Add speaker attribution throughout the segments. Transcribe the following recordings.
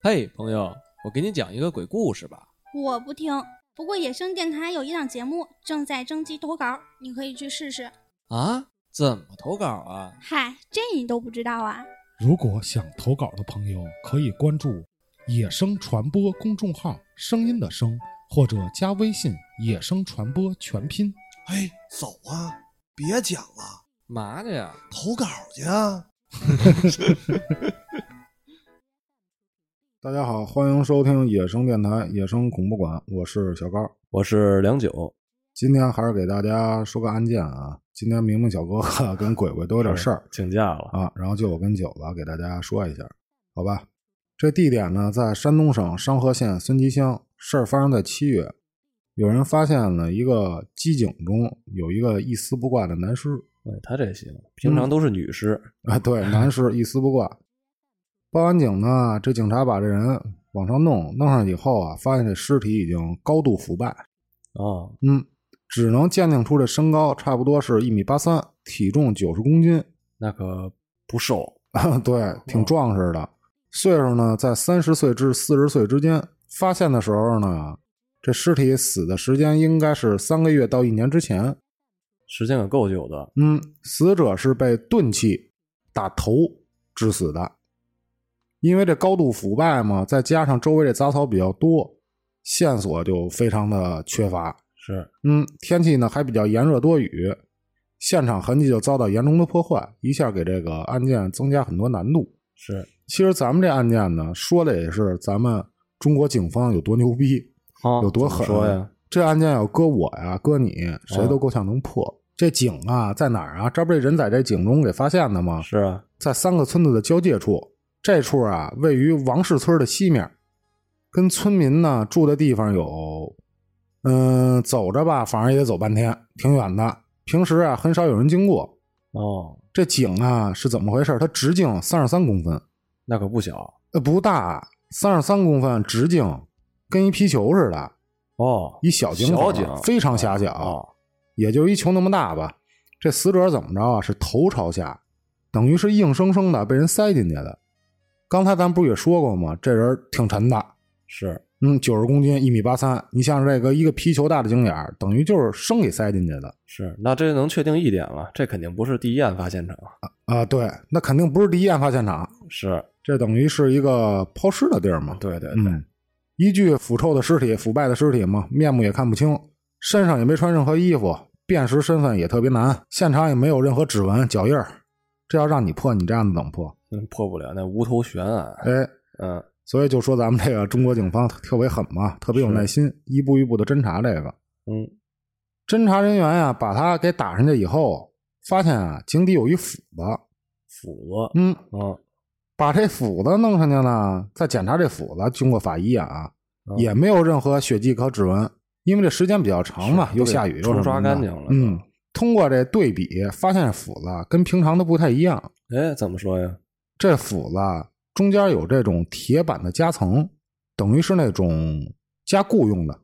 Speaker 1: 嘿，朋友，我给你讲一个鬼故事吧。
Speaker 2: 我不听。不过野生电台有一档节目正在征集投稿，你可以去试试。
Speaker 1: 啊？怎么投稿啊？
Speaker 2: 嗨，这你都不知道啊？
Speaker 3: 如果想投稿的朋友，可以关注“野生传播”公众号“声音的声”，或者加微信“野生传播全拼
Speaker 4: 哎，走啊，别讲了，
Speaker 1: 嘛的呀？
Speaker 4: 投稿去啊！
Speaker 5: 大家好，欢迎收听野生电台《野生恐怖馆》，我是小高。
Speaker 1: 我是梁九。
Speaker 5: 今天还是给大家说个案件啊。今天明明小哥哥跟鬼鬼都有点事儿
Speaker 1: 哎请假了。
Speaker 5: 啊，然后就我跟九子给大家说一下，好吧？这地点呢，在山东省商河县孙集乡，事儿发生在七月。有人发现了一个机井中有一个一丝不挂的男尸，嗯
Speaker 1: 哎，他这行，平常都是女尸。
Speaker 5: 啊，对，男尸一丝不挂。报完警呢，这警察把这人往上弄，弄上以后啊，发现这尸体已经高度腐败，
Speaker 1: 哦，
Speaker 5: 嗯，只能鉴定出这身高差不多是一米八三，体重九十公斤，
Speaker 1: 那可不哦瘦。
Speaker 5: 对，挺壮实的。岁数呢，在三十岁至四十岁之间。发现的时候呢，这尸体死的时间应该是三个月到一年之前。
Speaker 1: 时间可够久的。
Speaker 5: 嗯，死者是被钝器打头致死的，因为这高度腐败嘛，再加上周围这杂草比较多，线索就非常的缺乏。
Speaker 1: 是，
Speaker 5: 嗯，天气呢还比较炎热多雨，现场痕迹就遭到严重的破坏，一下给这个案件增加很多难度。
Speaker 1: 是。
Speaker 5: 其实咱们这案件呢，说的也是咱们中国警方有多牛逼，
Speaker 1: 哦
Speaker 5: 有多
Speaker 1: 怎么
Speaker 5: 狠。啊
Speaker 1: 说呀？
Speaker 5: 这案件要搁我呀，搁你，谁都够呛能破。这井啊，在哪儿啊？这不是人在这井中给发现的吗？
Speaker 1: 是啊，
Speaker 5: 在三个村子的交界处，这处啊位于王氏村的西面，跟村民呢住的地方有，嗯、走着吧，反正也得走半天，挺远的。平时啊很少有人经过。
Speaker 1: 哦，
Speaker 5: 这井啊是怎么回事？它直径三十三公分，
Speaker 1: 那可不小。
Speaker 5: 呃不大，三十三公分直径，跟一皮球似的，
Speaker 1: 哦，
Speaker 5: 一小井口
Speaker 1: 小
Speaker 5: 啊
Speaker 1: 井
Speaker 5: 非常狭小，
Speaker 1: 哦
Speaker 5: 也就一球那么大吧。这死者怎么着啊？是头朝下，等于是硬生生的被人塞进去的。刚才咱不也说过吗？这人挺沉的，
Speaker 1: 是。
Speaker 5: 嗯，九十公斤，一米八三。你像这个一个皮球大的井眼儿，等于就是生给塞进去的
Speaker 1: 是，那这能确定一点了，这肯定不是第一案发现场。
Speaker 5: 啊、对，那肯定不是第一案发现场，
Speaker 1: 是，
Speaker 5: 这等于是一个抛尸的地儿嘛。
Speaker 1: 对对对，
Speaker 5: 嗯，依据腐臭的尸体、腐败的尸体嘛，面目也看不清，身上也没穿任何衣服，辨识身份也特别难，现场也没有任何指纹、脚印儿。这要让你破，你这案子怎么破？
Speaker 1: 嗯破不了那无头悬案。
Speaker 5: 哎，
Speaker 1: 嗯，
Speaker 5: 所以就说咱们这个中国警方特特别狠嘛，特别有
Speaker 1: 是
Speaker 5: 耐心，一步一步的侦查这个。
Speaker 1: 嗯，
Speaker 5: 侦查人员呀、把他给打上去以后，发现啊，井底有一斧子，
Speaker 1: 斧子，
Speaker 5: 嗯，
Speaker 1: 嗯，
Speaker 5: 把这斧子弄上去呢，再检查这斧子，经过法医啊，
Speaker 1: 嗯
Speaker 5: 也没有任何血迹和指纹，因为这时间比较长嘛，
Speaker 1: 是啊
Speaker 5: 又下雨又
Speaker 1: 冲
Speaker 5: 什
Speaker 1: 刷
Speaker 5: 么的
Speaker 1: 干净了
Speaker 5: 嗯，通过这对比，发现斧子跟平常的不太一样，
Speaker 1: 哎，怎么说呀？
Speaker 5: 这斧子中间有这种铁板的夹层，等于是那种加固用的。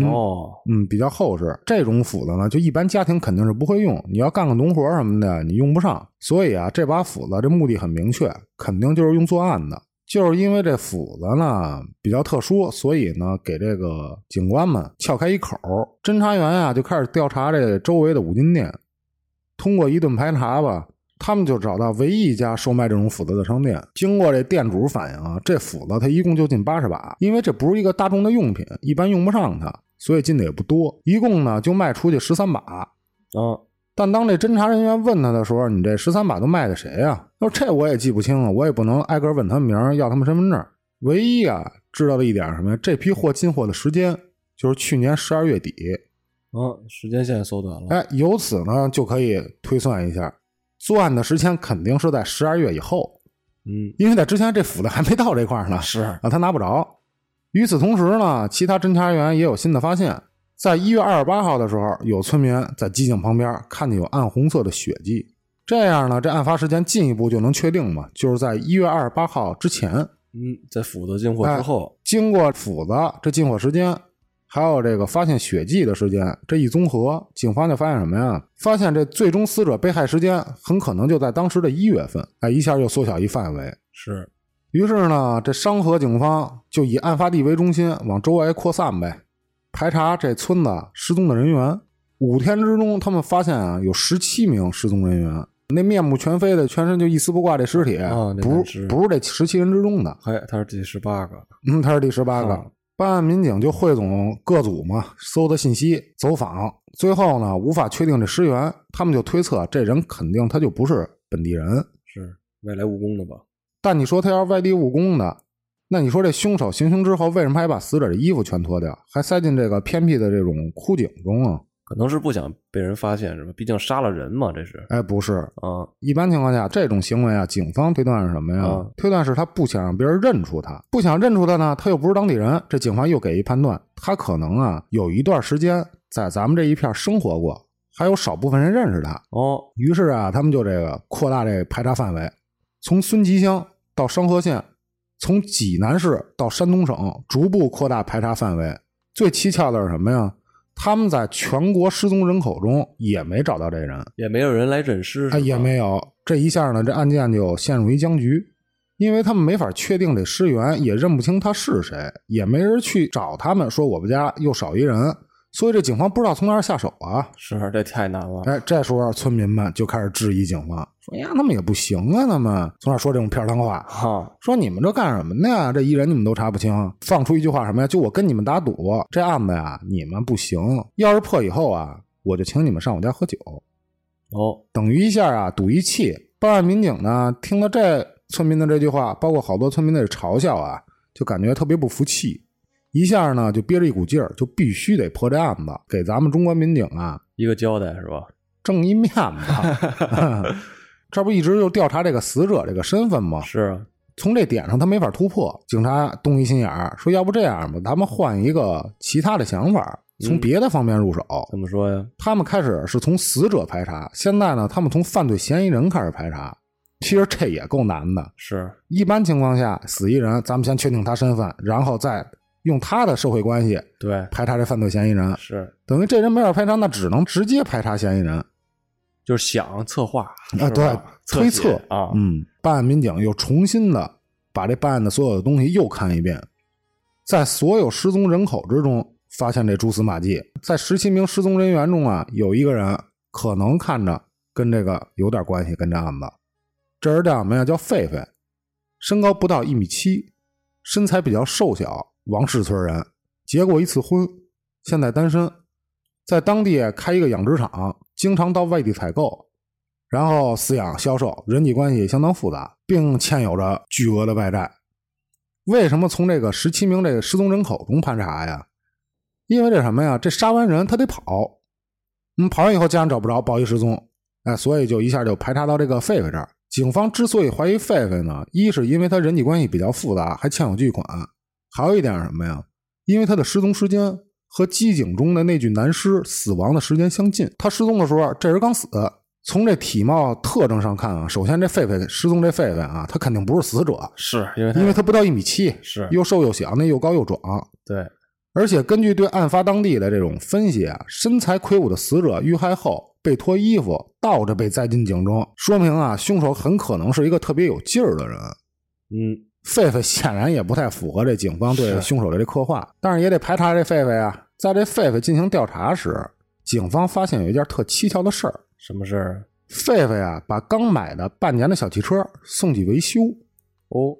Speaker 5: 嗯、，
Speaker 1: 哦，
Speaker 5: 嗯，比较厚实。这种斧子呢，就一般家庭肯定是不会用。你要干个农活什么的，你用不上。所以啊，这把斧子这目的很明确，肯定就是用作案的。就是因为这斧子呢比较特殊，所以呢给这个警官们撬开一口。侦查员啊就开始调查这周围的五金店，通过一顿排查吧，他们就找到唯一一家售卖这种斧子的商店。经过这店主反映啊，这斧子它一共就近八十把，因为这不是一个大众的用品，一般用不上它，所以进的也不多。一共呢就卖出去十三把。
Speaker 1: 嗯，
Speaker 5: 但当这侦查人员问他的时候，你这十三把都卖给谁呀、他说这我也记不清了，我也不能挨个问他们名儿，要他们身份证。唯一啊知道的一点是什么呀？这批货进货的时间就是去年十二月底。
Speaker 1: 嗯，时间线缩短了。
Speaker 5: 哎，由此呢就可以推算一下，作案的时间肯定是在十二月以后，
Speaker 1: 嗯，
Speaker 5: 因为在之前这斧子还没到这块儿呢，
Speaker 1: 是
Speaker 5: 啊，他拿不着。与此同时呢，其他侦查员也有新的发现，在一月二十八号的时候，有村民在机井旁边看见有暗红色的血迹，这样呢，这案发时间进一步就能确定嘛，就是在一月二十八号之前。
Speaker 1: 嗯，在斧子进货
Speaker 5: 哎
Speaker 1: 之后，
Speaker 5: 经过斧子这进货时间，还有这个发现血迹的时间，这一综合，警方就发现什么呀？发现这最终死者被害时间很可能就在当时的一月份，哎，一下就缩小一范围。
Speaker 1: 是
Speaker 5: 于是呢，这商河警方就以案发地为中心往周围扩散呗，排查这村子失踪的人员。五天之中，他们发现啊，有十七名失踪人员，那面目全非的，全身就一丝不挂这尸体，
Speaker 1: 哦那
Speaker 5: 不
Speaker 1: 难知
Speaker 5: 不是这十七人之中的，
Speaker 1: 哎，他是第十八个，
Speaker 5: 嗯，他是第十八个。
Speaker 1: 嗯
Speaker 5: 办案民警就汇总各组嘛，搜的信息、走访，最后呢无法确定这尸源，他们就推测这人肯定他就不是本地人。
Speaker 1: 是外来务工的吧？
Speaker 5: 但你说他要是外地务工的，那你说这凶手行凶之后，为什么还把死者的衣服全脱掉，还塞进这个偏僻的这种枯井中啊？
Speaker 1: 可能是不想被人发现，是吧？毕竟杀了人嘛，这是
Speaker 5: 哎，不是，
Speaker 1: 啊，
Speaker 5: 一般情况下，这种行为啊，警方推断是什么呀？
Speaker 1: 嗯
Speaker 5: 推断是他不想让别人认出他，不想认出他呢，他又不是当地人。这警方又给一判断，他可能啊有一段时间在咱们这一片生活过，还有少部分人认识他。
Speaker 1: 哦，
Speaker 5: 于是啊，他们就这个扩大这排查范围，从孙集乡到商河县，从济南市到山东省，逐步扩大排查范围。最蹊跷的是什么呀？他们在全国失踪人口中也没找到这人。
Speaker 1: 也没有人来认尸，是吧
Speaker 5: 哎，也没有。这一下呢，这案件就陷入一僵局，因为他们没法确定这尸源，也认不清他是谁，也没人去找他们，说我们家又少一人，所以这警方不知道从哪儿下手啊。
Speaker 1: 是这太难了，
Speaker 5: 哎，这时候村民们就开始质疑警方，说呀，他们也不行啊，他们从哪儿说这种片儿汤话？
Speaker 1: 哈，
Speaker 5: 说你们这干什么呢呀？这一人你们都查不清，放出一句话什么呀？就我跟你们打赌，这案子呀，你们不行，要是破以后啊，我就请你们上我家喝酒。
Speaker 1: 哦，
Speaker 5: 等于一下啊，赌一气。办案民警呢，听了这村民的这句话，包括好多村民的嘲笑啊，就感觉特别不服气，一下呢就憋着一股劲儿，就必须得破这案子，给咱们中国民警啊
Speaker 1: 一个交代是吧？
Speaker 5: 正一面子。 这不一直就调查这个死者这个身份吗？
Speaker 1: 是啊，
Speaker 5: 从这点上他没法突破，警察动一心眼儿，说要不这样吧，咱们换一个其他的想法，从别的方面入手。
Speaker 1: 怎么说呀？
Speaker 5: 他们开始是从死者排查，现在呢，他们从犯罪嫌疑人开始排查。其实这也够难的。
Speaker 1: 是
Speaker 5: 一般情况下，死一人，咱们先确定他身份，然后再用他的社会关系
Speaker 1: 对，
Speaker 5: 排查这犯罪嫌疑人。
Speaker 1: 是
Speaker 5: 等于这人没法排查，那只能直接排查嫌疑人。
Speaker 1: 就是想策划啊
Speaker 5: 啊，对，推测
Speaker 1: 啊，
Speaker 5: 嗯，办案民警又重新的把这办案的所有的东西又看一遍，在所有失踪人口之中发现这蛛丝马迹，在十七名失踪人员中啊，有一个人可能看着跟这个有点关系，跟这案子，这人叫什么呀？叫狒狒，身高不到一米七，身材比较瘦小，王市村人，结过一次婚，现在单身，在当地开一个养殖场，经常到外地采购，然后饲养、销售，人际关系相当复杂，并欠有着巨额的外债。为什么从这个十七名这个失踪人口中盘查呀？因为这什么呀？这杀完人他得跑，嗯，跑完以后家人找不着，报一失踪，哎，所以就一下就排查到这个狒狒这儿。警方之所以怀疑狒狒呢，一是因为他人际关系比较复杂，还欠有巨款；还有一点是什么呀？因为他的失踪时间和机井中的那具男尸死亡的时间相近。他失踪的时候，啊这人刚死。从这体貌特征上看啊，首先这狒狒失踪这狒狒啊，他肯定不是死者，
Speaker 1: 是因为他
Speaker 5: 因为他不到一米七，
Speaker 1: 是
Speaker 5: 又瘦又小，那又高又壮。
Speaker 1: 对
Speaker 5: 而且根据对案发当地的这种分析啊，身材魁梧的死者遇害后被脱衣服，倒着被栽进井中，说明啊，凶手很可能是一个特别有劲儿的人。
Speaker 1: 嗯
Speaker 5: 狒狒显然也不太符合这警方对
Speaker 1: 是
Speaker 5: 凶手的这刻画，但是也得排查这狒狒啊。在这狒狒进行调查时，警方发现有一件特蹊跷的事儿：
Speaker 1: 什么事儿？
Speaker 5: 狒狒啊，把刚买的半年的小汽车送去维修。
Speaker 1: 哦，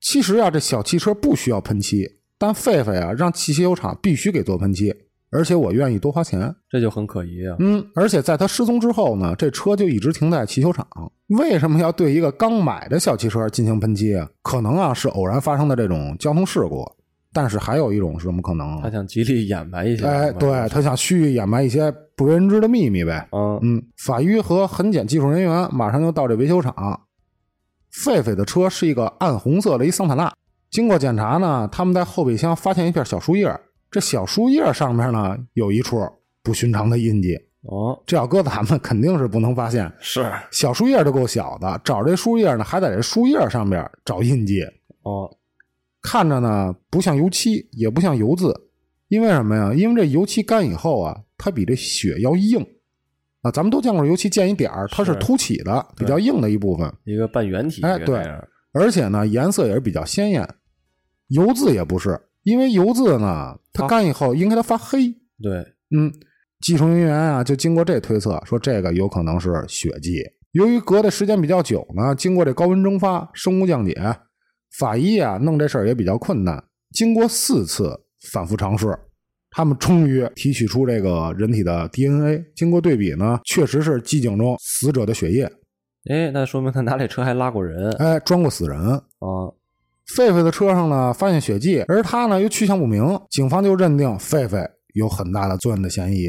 Speaker 5: 其实啊，这小汽车不需要喷漆，但狒狒啊，让汽修厂必须给做喷漆，而且我愿意多花钱。
Speaker 1: 这就很可疑啊。
Speaker 5: 嗯，而且在他失踪之后呢，这车就一直停在汽修厂。为什么要对一个刚买的小汽车进行喷漆啊？可能啊是偶然发生的这种交通事故，但是还有一种是什么可能
Speaker 1: 他
Speaker 5: 啊？
Speaker 1: 想极力掩埋一下，
Speaker 5: 哎，对他想蓄意掩埋一些不为人知的秘密呗。
Speaker 1: 嗯，
Speaker 5: 嗯，法医和痕检技术人员马上就到这维修厂。狒狒的车是一个暗红色的一桑塔纳。经过检查呢，他们在后备箱发现一片小树叶，这小树叶上面呢有一处不寻常的印记。
Speaker 1: 哦，
Speaker 5: 这要搁咱们肯定是不能发现。
Speaker 1: 是
Speaker 5: 小树叶都够小的，找这树叶呢，还在这树叶上面找印记，
Speaker 1: 哦，
Speaker 5: 看着呢不像油漆，也不像油渍，因为什么呀？因为这油漆干以后啊，它比这血要硬啊。咱们都见过油漆见一点儿，它是
Speaker 1: 是
Speaker 5: 凸起的，
Speaker 1: 对
Speaker 5: 比较硬的一部分。
Speaker 1: 一个半圆体，
Speaker 5: 哎
Speaker 1: 一个那
Speaker 5: 对
Speaker 1: 样
Speaker 5: 而且呢颜色也是比较鲜艳。油渍也不是，因为油渍呢，它
Speaker 1: 啊
Speaker 5: 干以后应该它发黑。
Speaker 1: 对，
Speaker 5: 嗯，技术人员啊就经过这推测，说这个有可能是血迹。由于隔的时间比较久呢，经过这高温蒸发、生物降解，法医啊弄这事儿也比较困难。经过四次反复尝试，他们终于提取出这个人体的 DNA。经过对比呢，确实是机井中死者的血液，
Speaker 1: 哎，那说明他拿这车还拉过人啊、
Speaker 5: 哎，装过死人。狒狒的车上呢发现血迹，而他呢又去向不明，警方就认定狒狒有很大的作案的嫌疑。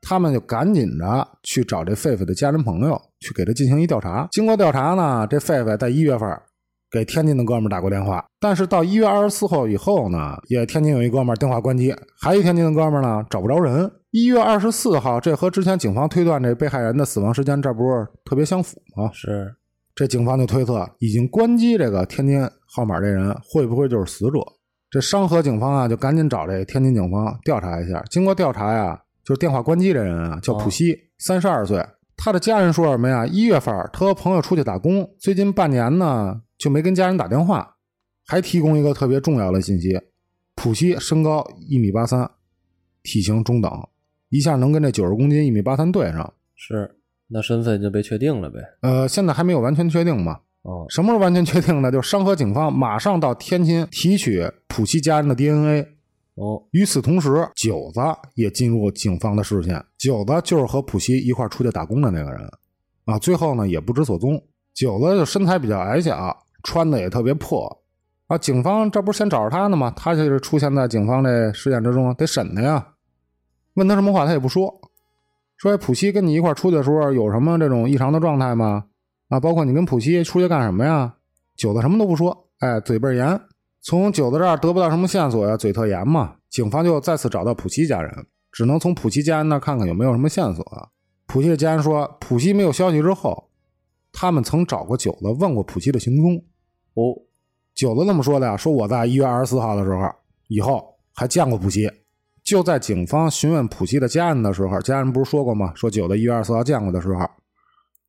Speaker 5: 他们就赶紧着去找这狒狒的家人朋友，去给他进行一调查。经过调查呢，这狒狒在一月份给天津的哥们儿打过电话，但是到一月二十四号以后呢，也天津有一哥们儿电话关机，还有一天津的哥们儿呢找不着人。一月二十四号，这和之前警方推断这被害人的死亡时间这不是特别相符吗？
Speaker 1: 是
Speaker 5: 这警方就推测，已经关机这个天津号码这人会不会就是死者？这商河警方啊，就赶紧找这天津警方调查一下。经过调查呀，就是电话关机这人啊，叫普西，三十二岁。他的家人说什么呀？一月份他和朋友出去打工，最近半年呢就没跟家人打电话。还提供一个特别重要的信息：普西身高一米八三，体型中等，一下能跟这九十公斤一米八三对上。
Speaker 1: 是，那身份就被确定了呗。
Speaker 5: 呃，现在还没有完全确定嘛，
Speaker 1: 哦，
Speaker 5: 什么时候完全确定呢？就是商河警方马上到天津提取普希家人的 DNA。
Speaker 1: 哦，
Speaker 5: 与此同时，九子也进入警方的视线。九子就是和普希一块儿出去打工的那个人啊，最后呢也不知所踪。九子就身材比较矮小，穿的也特别破啊。警方这不是先找着他呢吗？他就是出现在警方这视线之中，得审他呀。问他什么话，他也不说。说哎普希跟你一块儿出去的时候有什么这种异常的状态吗？啊，包括你跟普希出去干什么呀？九子什么都不说，哎，嘴倍儿严。从九子这儿得不到什么线索呀，嘴特严嘛。警方就再次找到普希家人，只能从普希家人那儿看看有没有什么线索。啊普希的家人说，普希没有消息之后，他们曾找过九子，问过普希的行踪。
Speaker 1: 哦，
Speaker 5: 九子这么说的呀，说我在一月二十四号的时候，以后还见过普希。就在警方询问普希的家人的时候，家人不是说过吗？说九子一月二十四号见过的时候，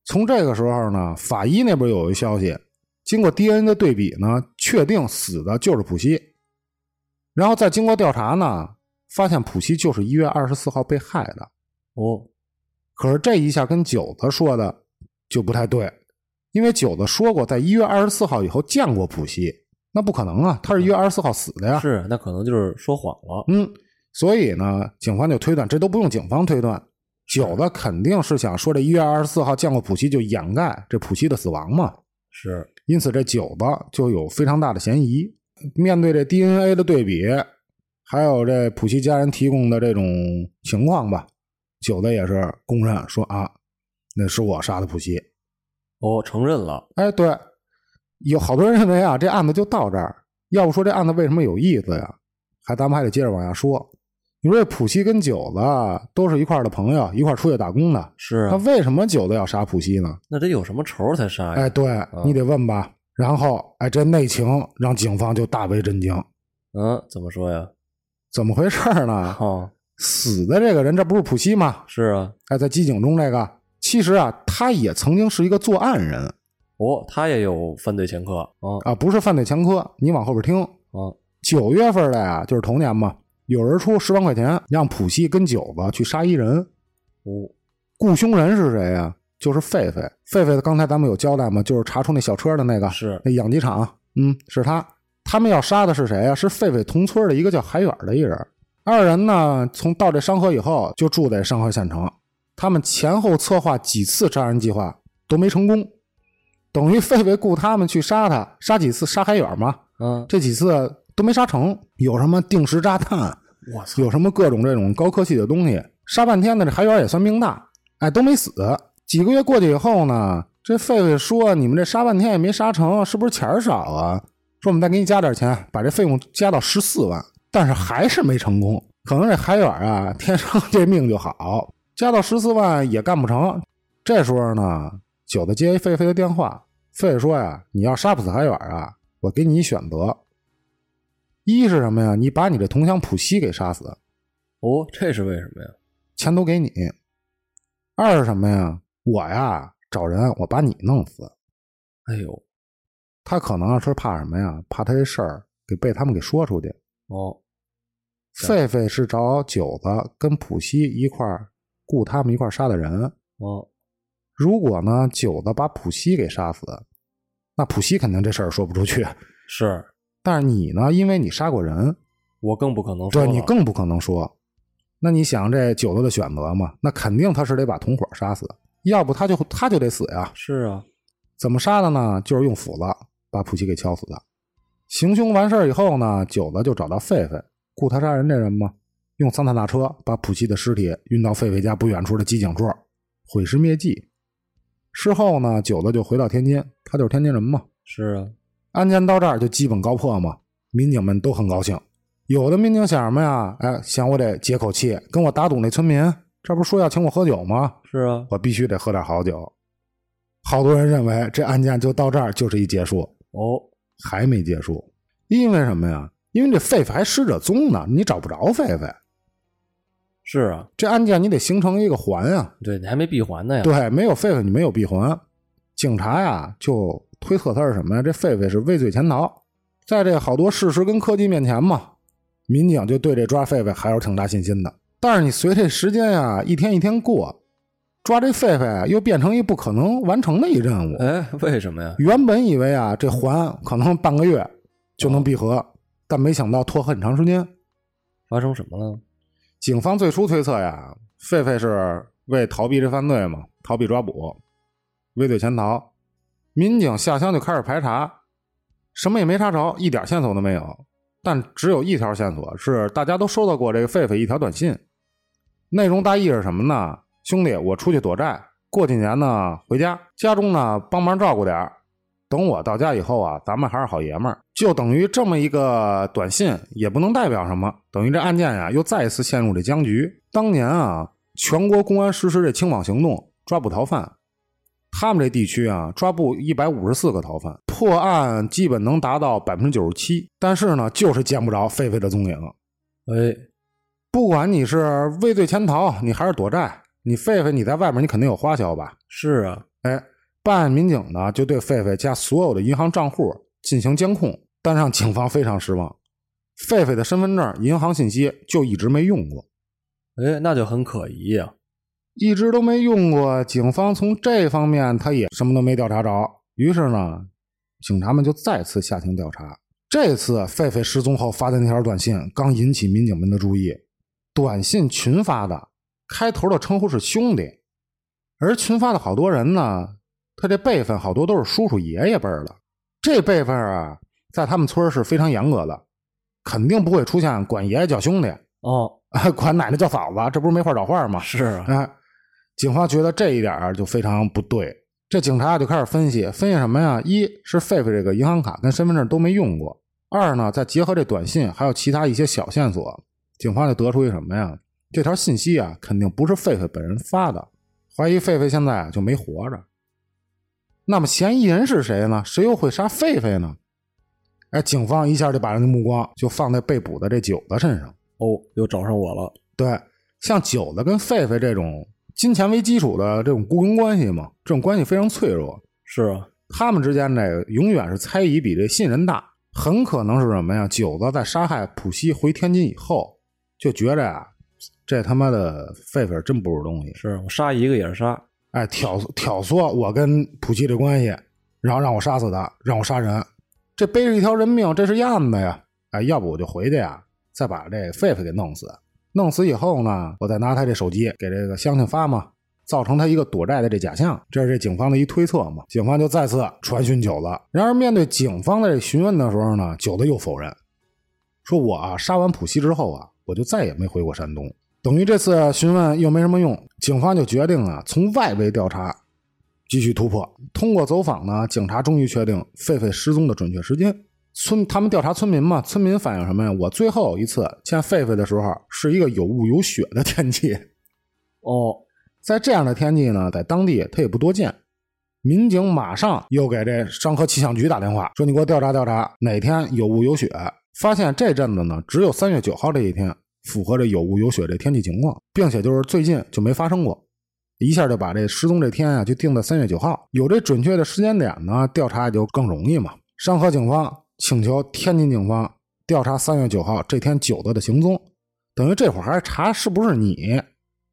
Speaker 5: 从这个时候呢，法医那边有一消息，经过 DNA 的对比呢，确定死的就是普希。然后再经过调查呢，发现普希就是一月二十四号被害的。
Speaker 1: 哦，
Speaker 5: 可是这一下跟九子说的就不太对，因为九子说过在一月二十四号以后见过普希，那不可能啊，他是一月二十四号死的呀。
Speaker 1: 是，那可能就是说谎了。
Speaker 5: 啊嗯，所以呢，警方就推断，这都不用警方推断，九子肯定是想说这一月二十四号见过普希，就掩盖这普希的死亡嘛。
Speaker 1: 是，
Speaker 5: 因此这九子就有非常大的嫌疑。面对这 DNA 的对比，还有这普希家人提供的这种情况吧，九子也是公认说啊，那是我杀的普希。
Speaker 1: 哦，承认了。
Speaker 5: 哎，对，有好多人认为啊，这案子就到这儿。要不说这案子为什么有意思呀？还咱们还得接着往下说。你说这普希跟九子啊都是一块儿的朋友，一块儿出去打工的，
Speaker 1: 是
Speaker 5: 那
Speaker 1: 啊，
Speaker 5: 为什么九子要杀普希呢？
Speaker 1: 那得有什么仇儿才杀呀？
Speaker 5: 哎，对你得问吧。然后，哎，这内情让警方就大为震惊，
Speaker 1: 嗯，怎么说呀？
Speaker 5: 怎么回事儿呢？
Speaker 1: 哦，
Speaker 5: 死的这个人，这不是普希吗？
Speaker 1: 是啊，
Speaker 5: 哎，在机井中这个，其实啊，他也曾经是一个作案人
Speaker 1: 哦，他也有犯罪前科啊
Speaker 5: 啊，不是犯罪前科。你往后边听，
Speaker 1: 啊，
Speaker 5: 九月份的呀，就是头年嘛，有人出十万块钱让普希跟九子去杀一人，
Speaker 1: 哦，
Speaker 5: 雇凶人是谁呀？就是狒狒。狒狒，刚才咱们有交代嘛，就是查出那小车的那个，
Speaker 1: 是
Speaker 5: 那养鸡场，嗯，是他。他们要杀的是谁呀、是狒狒同村的一个叫海远的一人。二人呢，从到这商河以后，就住在商河县城。他们前后策划几次杀人计划都没成功，等于狒狒雇他们去杀他，杀几次杀海远嘛，
Speaker 1: 啊，
Speaker 5: 这几次都没杀成。有什么定时炸弹，
Speaker 1: 我操，
Speaker 5: 有什么各种这种高科技的东西，杀半天呢，这海远也算命大，哎，都没死。几个月过去以后呢，这狒狒说：“你们这杀半天也没杀成，是不是钱儿少啊？”说我们再给你加点钱，把这费用加到十四万，但是还是没成功。可能这海远啊，天生 这命就好，加到十四万也干不成。这时候呢，九子接一狒狒的电话，狒狒说呀：“你要杀不死海远啊，我给你一选择，一是什么呀？你把你这同乡普希给杀死，
Speaker 1: 哦，这是为什么呀？
Speaker 5: 钱都给你。二是什么呀？我呀找人，我把你弄死。
Speaker 1: 哎呦，
Speaker 5: 他可能啊是怕什么呀？怕他这事儿给被他们给说出去。
Speaker 1: 哦，
Speaker 5: 狒
Speaker 1: 对
Speaker 5: 狒是找九子跟普希一块儿雇他们一块儿杀的人。
Speaker 1: 哦，
Speaker 5: 如果呢，九子把普希给杀死，那普希肯定这事儿说不出去。
Speaker 1: 是
Speaker 5: 但是你呢，因为你杀过人，
Speaker 1: 我更不可能说
Speaker 5: 这
Speaker 1: 了
Speaker 5: 你更不可能说。那你想这九子的选择嘛？那肯定他是得把同伙杀死，要不他就他就得死呀。
Speaker 1: 是啊，
Speaker 5: 怎么杀的呢？就是用斧子把普希给敲死的。行凶完事儿以后呢，九子就找到狒狒，雇他杀人这人嘛，用桑塔纳车把普希的尸体运到狒狒家不远处的机井处，毁尸灭迹。事后呢，九子就回到天津，他就是天津人嘛。
Speaker 1: 是啊，
Speaker 5: 案件到这儿就基本告破嘛，民警们都很高兴。有的民警想什么呀？哎，想我得解口气，跟我打赌那村民，这不是说要请我喝酒吗？
Speaker 1: 是啊，
Speaker 5: 我必须得喝点好酒。好多人认为这案件就到这儿就是一结束，
Speaker 1: 哦，
Speaker 5: 还没结束，因为什么呀？因为这狒狒还失者踪呢，你找不着狒狒。
Speaker 1: 是啊，
Speaker 5: 这案件你得形成一个环啊，
Speaker 1: 对你还没闭环呢呀，
Speaker 5: 对，没有狒狒你没有闭环。警察呀就推测他是什么呀？这狒狒是畏罪潜逃，在这好多事实跟科技面前嘛，民警就对这抓狒狒还有挺大信心的。但是你随这时间呀一天一天过，抓这狒狒啊又变成一不可能完成的一任务。
Speaker 1: 哎，为什么呀？
Speaker 5: 原本以为啊这环可能半个月就能闭合，但没想到拖很长时间。
Speaker 1: 发生什么了？
Speaker 5: 警方最初推测呀，狒狒是为逃避这犯罪嘛，逃避抓捕，畏罪潜逃。民警下乡就开始排查，什么也没查着，一点线索都没有。但只有一条线索是大家都收到过这个狒狒一条短信，内容大意是什么呢？兄弟，我出去躲债，过几年呢回家，家中呢帮忙照顾点儿。等我到家以后啊，咱们还是好爷们儿。就等于这么一个短信，也不能代表什么，等于这案件呀、又再一次陷入这僵局。当年啊，全国公安实施这清网行动，抓捕逃犯，他们这地区啊，抓捕一百五十四个逃犯，破案基本能达到百分之九十七，但是呢，就是见不着狒狒的踪影。
Speaker 1: 哎，
Speaker 5: 不管你是畏罪潜逃，你还是躲债，你狒狒你在外面你肯定有花销吧？哎
Speaker 1: 是啊，
Speaker 5: 办案民警呢就对狒狒家所有的银行账户进行监控，但让警方非常失望。狒狒的身份证、银行信息就一直没用过，
Speaker 1: 哎，那就很可疑呀、
Speaker 5: 一直都没用过。警方从这方面他也什么都没调查着。于是呢，警察们就再次下庭调查。这次狒狒失踪后发的那条短信刚引起民警们的注意，短信群发的，开头的称呼是兄弟，而群发的好多人呢，他这辈分好多都是叔叔爷爷辈儿的，这辈分啊，在他们村儿是非常严格的，肯定不会出现管爷爷叫兄弟，
Speaker 1: 哦，
Speaker 5: 管奶奶叫嫂子，这不是没话找话吗？
Speaker 1: 是啊，
Speaker 5: 哎，警方觉得这一点儿就非常不对。这警察就开始分析，分析什么呀？一是狒狒这个银行卡跟身份证都没用过；二呢，再结合这短信还有其他一些小线索，警方就得出一什么呀？这条信息啊，肯定不是狒狒本人发的，怀疑狒狒现在啊就没活着。那么嫌疑人是谁呢？谁又会杀狒狒呢？哎，警方一下就把人的目光就放在被捕的这九子身上。
Speaker 1: 哦，又找上我了，
Speaker 5: 对，像九子跟狒狒这种金钱为基础的这种雇佣关系嘛，这种关系非常脆弱，
Speaker 1: 是啊，
Speaker 5: 他们之间这个永远是猜疑比这信任大，很可能是什么呀？九子在杀害普希回天津以后，就觉着啊，这他妈的狒狒真不是东西，
Speaker 1: 是啊我杀一个也是杀，
Speaker 5: 哎，挑挑唆我跟普希这关系，然后让我杀死他，让我杀人，这背着一条人命，这是案子呀！哎，要不我就回去呀，再把这狒狒给弄死。弄死以后呢，我再拿他这手机给这个乡亲发嘛，造成他一个躲债的这假象，这是这警方的一推测嘛。警方就再次传讯九子，然而面对警方的这询问的时候呢，九子又否认，说我啊杀完普希之后啊，我就再也没回过山东。等于这次啊询问又没什么用，警方就决定啊从外围调查，继续突破。通过走访呢，警察终于确定狒狒失踪的准确时间。村他们调查村民嘛，村民反映什么呀？我最后一次见狒狒的时候是一个有雾有雪的天气，
Speaker 1: 哦，
Speaker 5: 在这样的天气呢，在当地它也不多见。民警马上又给这商科气象局打电话，说你给我调查调查，哪天有雾有雪。发现这阵子呢，只有三月九号这一天符合这有雾有雪这天气情况，并且就是最近就没发生过。一下就把这失踪这天啊，就定在三月九号。有这准确的时间点呢，调查也就更容易嘛。山河警方请求天津警方调查三月九号这天九子的行踪，等于这会儿还查是不是你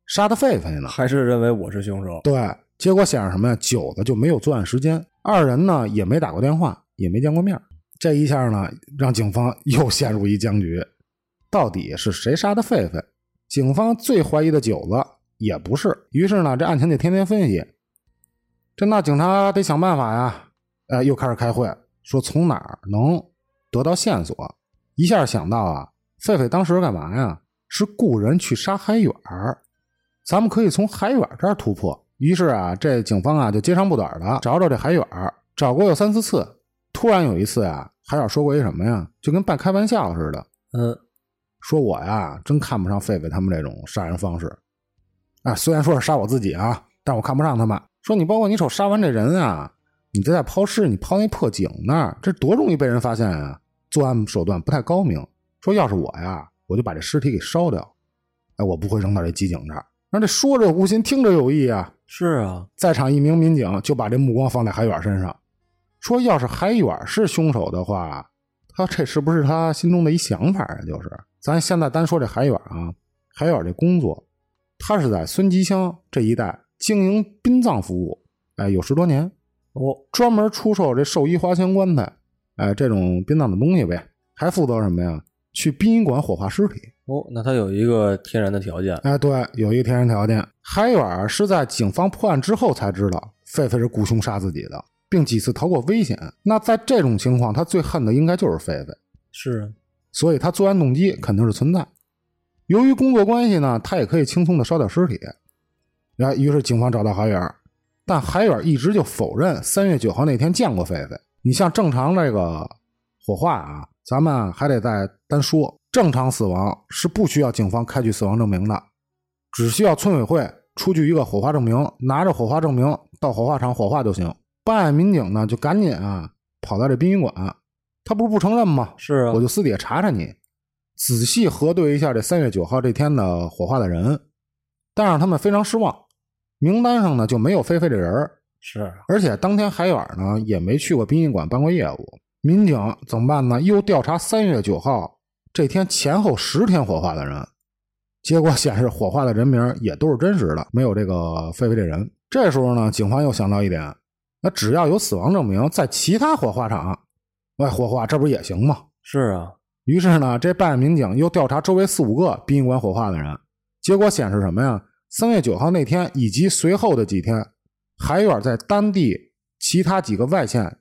Speaker 5: 杀的狒狒呢。
Speaker 1: 还是认为我是凶手。
Speaker 5: 对，结果显示什么呀？九子就没有作案时间，二人呢也没打过电话，也没见过面儿。这一下呢，让警方 又陷入一僵局。到底是谁杀的狒狒？警方最怀疑的九子也不是。于是呢，这案情得天天分析。这那警察得想办法呀。哎，又开始开会，说从哪儿能得到线索？一下想到啊，狒狒当时干嘛呀？是雇人去杀海远儿。咱们可以从海远这儿突破。于是啊，这警方啊就接长不短的找找这海远儿，找过有三四次。突然有一次啊，海远说过一什么呀？就跟半开玩笑似的，
Speaker 1: 嗯，
Speaker 5: 说我呀真看不上狒狒他们这种杀人方式。啊，虽然说是杀我自己啊，但我看不上他们。说你包括你瞅杀完这人啊，你这在抛尸，你抛那破井那儿，这多容易被人发现啊！作案手段不太高明。说要是我呀，我就把这尸体给烧掉。哎，我不会扔到这机井这儿。那这说者无心，听者有意啊。
Speaker 1: 是啊，
Speaker 5: 在场一名民警就把这目光放在海远身上，说：“要是海远是凶手的话，他这是不是他心中的一想法呀？就是咱现在单说这海远啊，海远这工作，他是在孙集乡这一带经营殡葬服务，哎，有十多年，
Speaker 1: 哦，
Speaker 5: 专门出售这寿衣、花钱、棺材，哎，这种殡葬的东西呗。还负责什么呀？去殡仪馆火化尸体。
Speaker 1: 哦，那他有一个天然的条件，
Speaker 5: 哎，对，有一个天然条件。海远是在警方破案之后才知道狒狒是雇凶杀自己的，并几次逃过危险。那在这种情况，他最恨的应该就是狒狒，
Speaker 1: 是啊，
Speaker 5: 所以他作案动机肯定是存在。由于工作关系呢，他也可以轻松的烧掉尸体。然后，于是警方找到海远，但海远一直就否认三月九号那天见过狒狒。你像正常这个火化啊，咱们还得再单说，正常死亡是不需要警方开具死亡证明的，只需要村委会出具一个火化证明，拿着火化证明到火化场火化就行。办案民警呢就赶紧啊跑到这殡仪馆，他不是不承认吗？
Speaker 1: 是啊
Speaker 5: 我，就私底下查查你，仔细核对一下这三月九号这天的火化的人。但让他们非常失望，名单上呢就没有菲菲这人儿，
Speaker 1: 是啊
Speaker 5: 而且当天海远呢也没去过殡仪馆办过业务。民警怎么办呢？又调查三月九号这天前后十天火化的人，结果显示火化的人名也都是真实的，没有这个菲菲这人。这时候呢，警方又想到一点，那只要有死亡证明，在其他火化场外火化，这不也行吗？
Speaker 1: 是啊，
Speaker 5: 于是呢，这办案民警又调查周围四五个殡仪馆火化的人，结果显示什么呀？三月九号那天以及随后的几天，海远在当地其他几个外县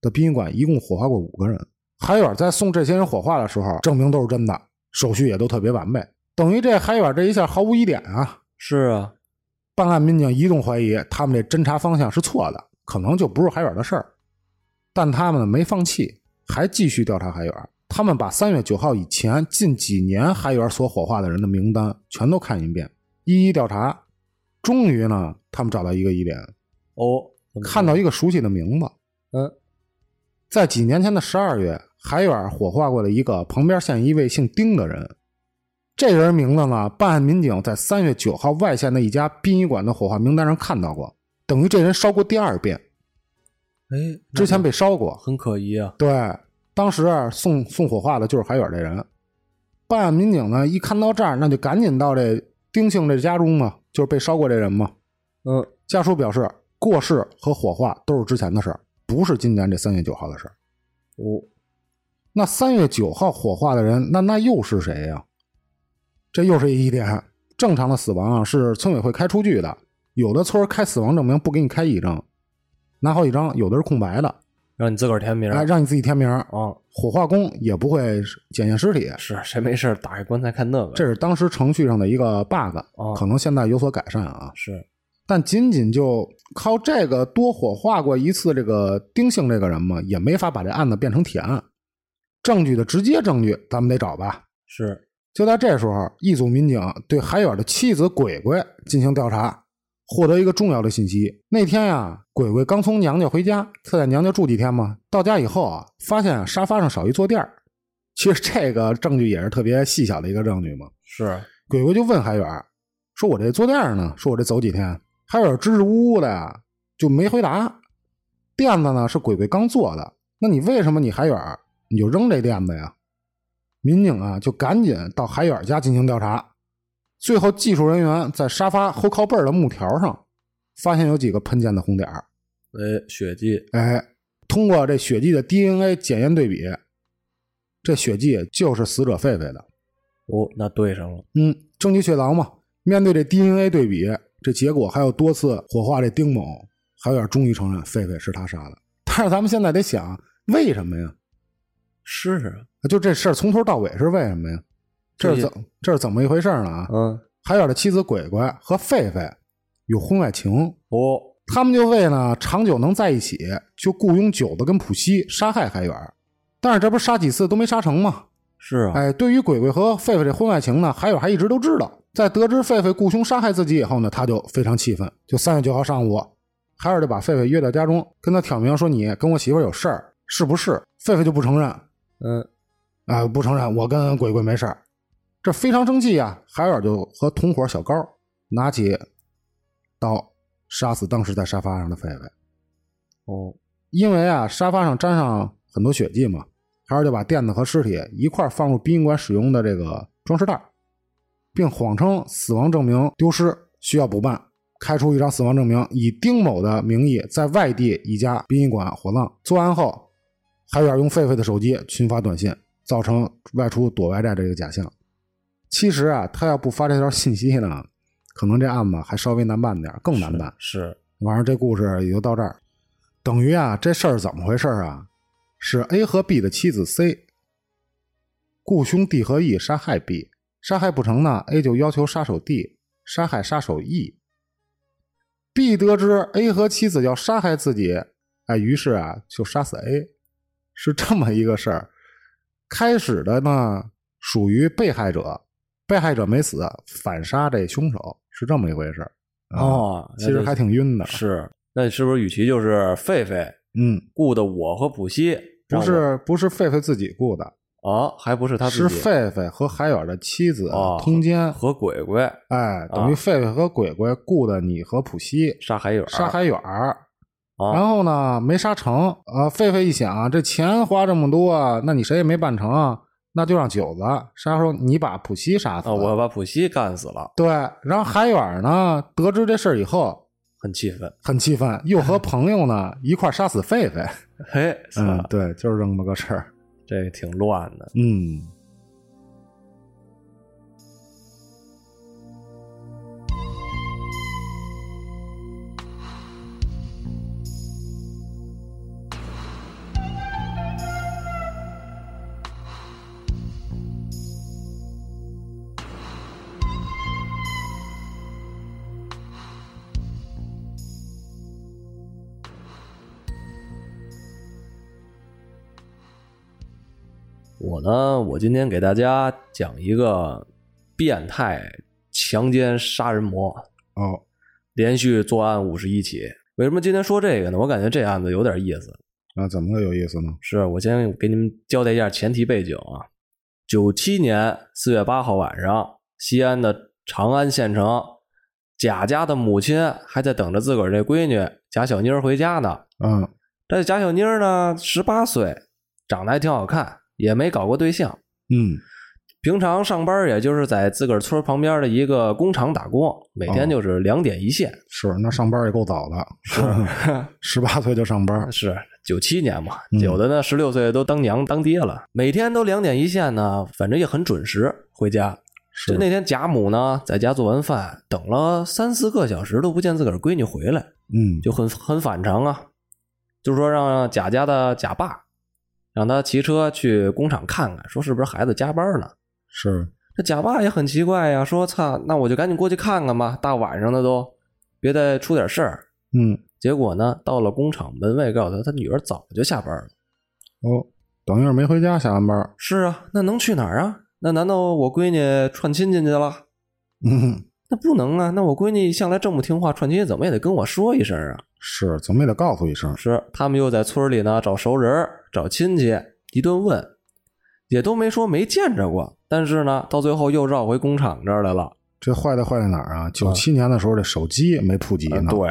Speaker 5: 的殡仪馆一共火化过五个人。海远在送这些人火化的时候，证明都是真的，手续也都特别完备，等于这海远这一下毫无疑点啊。
Speaker 1: 是啊，
Speaker 5: 办案民警一度怀疑他们这侦查方向是错的，可能就不是海远的事儿。但他们呢没放弃，还继续调查海远。他们把三月九号以前近几年海远所火化的人的名单全都看一遍，一一调查。终于呢，他们找到一个疑点，
Speaker 1: 哦，怎么
Speaker 5: 看到一个熟悉的名字。
Speaker 1: 嗯，
Speaker 5: 在几年前的十二月，海远火化过了一个旁边县一位姓丁的人。这人名字呢，办案民警在三月九号外县的一家殡仪馆的火化名单上看到过，等于这人烧过第二遍，
Speaker 1: 哎，那
Speaker 5: 之前被烧过。
Speaker 1: 很可疑啊，
Speaker 5: 对，当时啊送送火化的就是海远这人。办案民警呢，一看到这儿，那就赶紧到这丁姓这家中啊，就是被烧过这人嘛。
Speaker 1: 嗯，
Speaker 5: 家属表示，过世和火化都是之前的事儿，不是今年这三月九号的事儿。
Speaker 1: 哦，
Speaker 5: 那三月九号火化的人，那那又是谁呀、这又是一点。正常的死亡啊，是村委会开出具的，有的村儿开死亡证明不给你开一张，拿好几张，有的是空白的，
Speaker 1: 让你自个儿填名儿
Speaker 5: 哎，让你自己填名儿。
Speaker 1: 啊，
Speaker 5: 火化工也不会检验尸体，
Speaker 1: 是啊谁没事儿打开棺材看那个？
Speaker 5: 这是当时程序上的一个 bug，
Speaker 1: 哦
Speaker 5: 可能现在有所改善啊。
Speaker 1: 是
Speaker 5: 但仅仅就靠这个多火化过一次这个丁姓这个人嘛，也没法把这案子变成铁案。证据的直接证据，咱们得找吧。
Speaker 1: 是，
Speaker 5: 就在这时候，一组民警对海远的妻子鬼鬼进行调查，获得一个重要的信息。那天呀、鬼鬼刚从娘家回家，她在娘家住几天嘛。到家以后啊，发现沙发上少一坐垫儿。其实这个证据也是特别细小的一个证据嘛。
Speaker 1: 是啊
Speaker 5: 鬼鬼就问海远说：“我这坐垫儿呢？说我这走几天？”海远支支吾吾的呀，就没回答。垫子呢是鬼鬼刚做的，那你为什么你海远儿你就扔这链子呀？民警啊就赶紧到海远儿家进行调查，最后技术人员在沙发后靠背儿的木条上发现有几个喷溅的红点儿。
Speaker 1: 哎，血迹，
Speaker 5: 哎，通过这血迹的 DNA 检验对比，这血迹就是死者狒狒的。
Speaker 1: 哦，那对上了，
Speaker 5: 嗯，蒸汽血狼嘛，面对这 DNA 对比，这结果还有多次火化这丁某，海远终于承认狒狒是他杀的。但是咱们现在得想，为什么呀？
Speaker 1: 是啊，
Speaker 5: 就这事儿从头到尾是为什么呀？这是
Speaker 1: 这也
Speaker 5: 怎这是怎么一回事呢？啊，
Speaker 1: 嗯，
Speaker 5: 海远的妻子鬼鬼和狒狒有婚外情，
Speaker 1: 哦，
Speaker 5: 他们就为呢长久能在一起，就雇佣九子跟普西杀害海远。但是这不是杀几次都没杀成吗？
Speaker 1: 是啊，
Speaker 5: 哎，对于鬼鬼和狒狒这婚外情呢，海远还一直都知道。在得知狒狒雇凶杀害自己以后呢，他就非常气愤。就三月九号上午，海尔就把狒狒约到家中，跟他挑明说：“你跟我媳妇儿有事儿，是不是？”狒狒就不承认，
Speaker 1: 嗯，
Speaker 5: 啊、不承认，我跟鬼鬼没事儿。这非常生气啊！海尔就和同伙小高拿起刀杀死当时在沙发上的狒狒。
Speaker 1: 哦，
Speaker 5: 因为啊，沙发上沾上很多血迹嘛，海尔就把垫子和尸体一块儿放入殡仪馆使用的这个装尸袋，并谎称死亡证明丢失需要补办，开出一张死亡证明，以丁某的名义在外地一家殡仪馆火葬。作案后，海远用狒狒的手机群发短信，造成外出躲外债这个假象。其实啊，他要不发这条信息呢，可能这案子还稍微难办点儿，更难办。
Speaker 1: 是，
Speaker 5: 完事儿这故事也就到这儿。等于啊，这事儿怎么回事儿啊？是 A 和 B 的妻子 C 雇凶 D 和 E 杀害 B，杀害不成呢，A 就要求杀手 D 杀害杀手 E。B 得知 A 和妻子要杀害自己，哎，于是啊就杀死 A，是这么一个事儿。开始的呢属于被害者，被害者没死，反杀这凶手是这么一回事儿。啊
Speaker 1: 哦，
Speaker 5: 其实还挺晕的。
Speaker 1: 是，那是不是与其就是狒狒
Speaker 5: 嗯，
Speaker 1: 雇的我和普希，
Speaker 5: 不
Speaker 1: 让我
Speaker 5: 是不是狒狒自己雇的，
Speaker 1: 啊，还不是他
Speaker 5: 是
Speaker 1: 自己
Speaker 5: 狒狒和海远的妻子
Speaker 1: 哦
Speaker 5: 通奸，
Speaker 1: 和啊鬼鬼
Speaker 5: 哎，等于狒狒和鬼鬼雇的你和普希
Speaker 1: 杀啊海远，
Speaker 5: 杀海远儿。
Speaker 1: 啊
Speaker 5: 然后呢，没杀成啊！狒狒一想，这钱花这么多啊，那你谁也没办成啊，那就让九子杀手你把普希杀死。
Speaker 1: 啊，我把普希干死了，
Speaker 5: 对，然后海远呢，得知这事儿以后
Speaker 1: 很气愤，
Speaker 5: 很气愤，又和朋友呢一块儿杀死狒狒。
Speaker 1: 嘿，
Speaker 5: 嗯，
Speaker 1: 操
Speaker 5: 对，就是这么个事儿。
Speaker 1: 这个挺乱的，
Speaker 5: 嗯。
Speaker 1: 我呢，我今天给大家讲一个变态强奸杀人魔，
Speaker 5: 哦，
Speaker 1: 连续作案五十一起。为什么今天说这个呢？我感觉这案子有点意思。
Speaker 5: 那怎么个有意思呢？
Speaker 1: 是我先给你们交代一下前提背景啊。九七年四月八号晚上，西安的长安县城，贾家的母亲还在等着自个儿这闺女贾小妮儿回家呢。
Speaker 5: 嗯
Speaker 1: 这贾小妮儿呢，十八岁，长得还挺好看，也没搞过对象。
Speaker 5: 嗯，
Speaker 1: 平常上班也就是在自个儿村旁边的一个工厂打工，每天就是两点一线。
Speaker 5: 是，那上班也够早的， 十八岁就上班，
Speaker 1: 是九七年嘛
Speaker 5: 嗯，
Speaker 1: 有的呢十六岁都当娘当爹了，每天都两点一线呢，反正也很准时回家。
Speaker 5: 是
Speaker 1: 就那天贾母呢在家做完饭，等了三四个小时都不见自个儿闺女回来，
Speaker 5: 嗯
Speaker 1: 就很很反常啊。就说让贾家的贾爸让他骑车去工厂看看，说是不是孩子加班呢？
Speaker 5: 是，
Speaker 1: 这贾爸也很奇怪呀，说操，那我就赶紧过去看看吧，大晚上的都，别再出点事儿。
Speaker 5: 嗯
Speaker 1: 结果呢，到了工厂，门卫告诉他，他女儿早就下班了。
Speaker 5: 哦，等一会儿没回家，下完班，
Speaker 1: 是啊，那能去哪儿啊？那难道我闺女串亲戚去了？
Speaker 5: 嗯，
Speaker 1: 那不能啊！那我闺女向来这么听话，串亲戚怎么也得跟我说一声啊。
Speaker 5: 是，怎么也得告诉一声，
Speaker 1: 是，他们又在村里呢找熟人儿，找亲戚，一顿问，也都没说没见着过。但是呢，到最后又绕回工厂这儿来了。
Speaker 5: 这坏在坏在哪儿啊？九七年的时候，这手机没普及
Speaker 1: 嗯
Speaker 5: 呢，
Speaker 1: 对，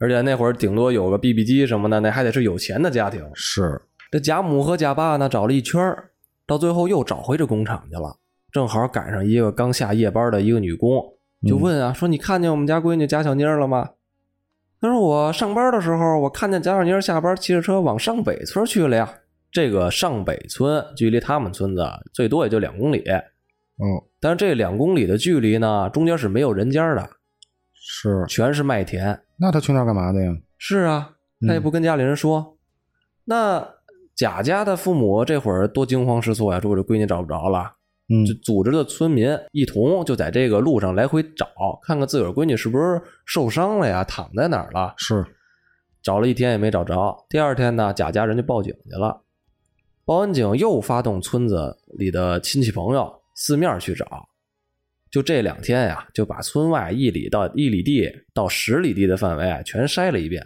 Speaker 1: 而且那会儿顶多有个 BB 机什么的，那还得是有钱的家庭。
Speaker 5: 是，哦
Speaker 1: 这这贾母和贾爸呢找了一圈儿到最后又找回这工厂去了。正好赶上一个刚下夜班的一个女工，就问啊，说你看见我们家闺女贾小妮儿了吗？她说我上班的时候，我看见贾小妮儿下班骑着车往上北村去了呀。这个上北村距离他们村子最多也就两公里，
Speaker 5: 哦，
Speaker 1: 但是这两公里的距离呢，中间是没有人家的，
Speaker 5: 是，
Speaker 1: 全是麦田。
Speaker 5: 那他去那儿干嘛的呀？嗯
Speaker 1: 是啊，他也不跟家里人说。那贾家的父母这会儿多惊慌失措呀、说我这闺女找不着了，
Speaker 5: 嗯
Speaker 1: 就组织的村民一同就在这个路上来回找，看看自个儿闺女是不是受伤了呀，躺在哪儿了。
Speaker 5: 是，
Speaker 1: 找了一天也没找着。第二天呢，贾家人就报警去了。报完警又发动村子里的亲戚朋友四面去找，就这两天呀，就把村外一里到一里地到十里地的范围啊全筛了一遍，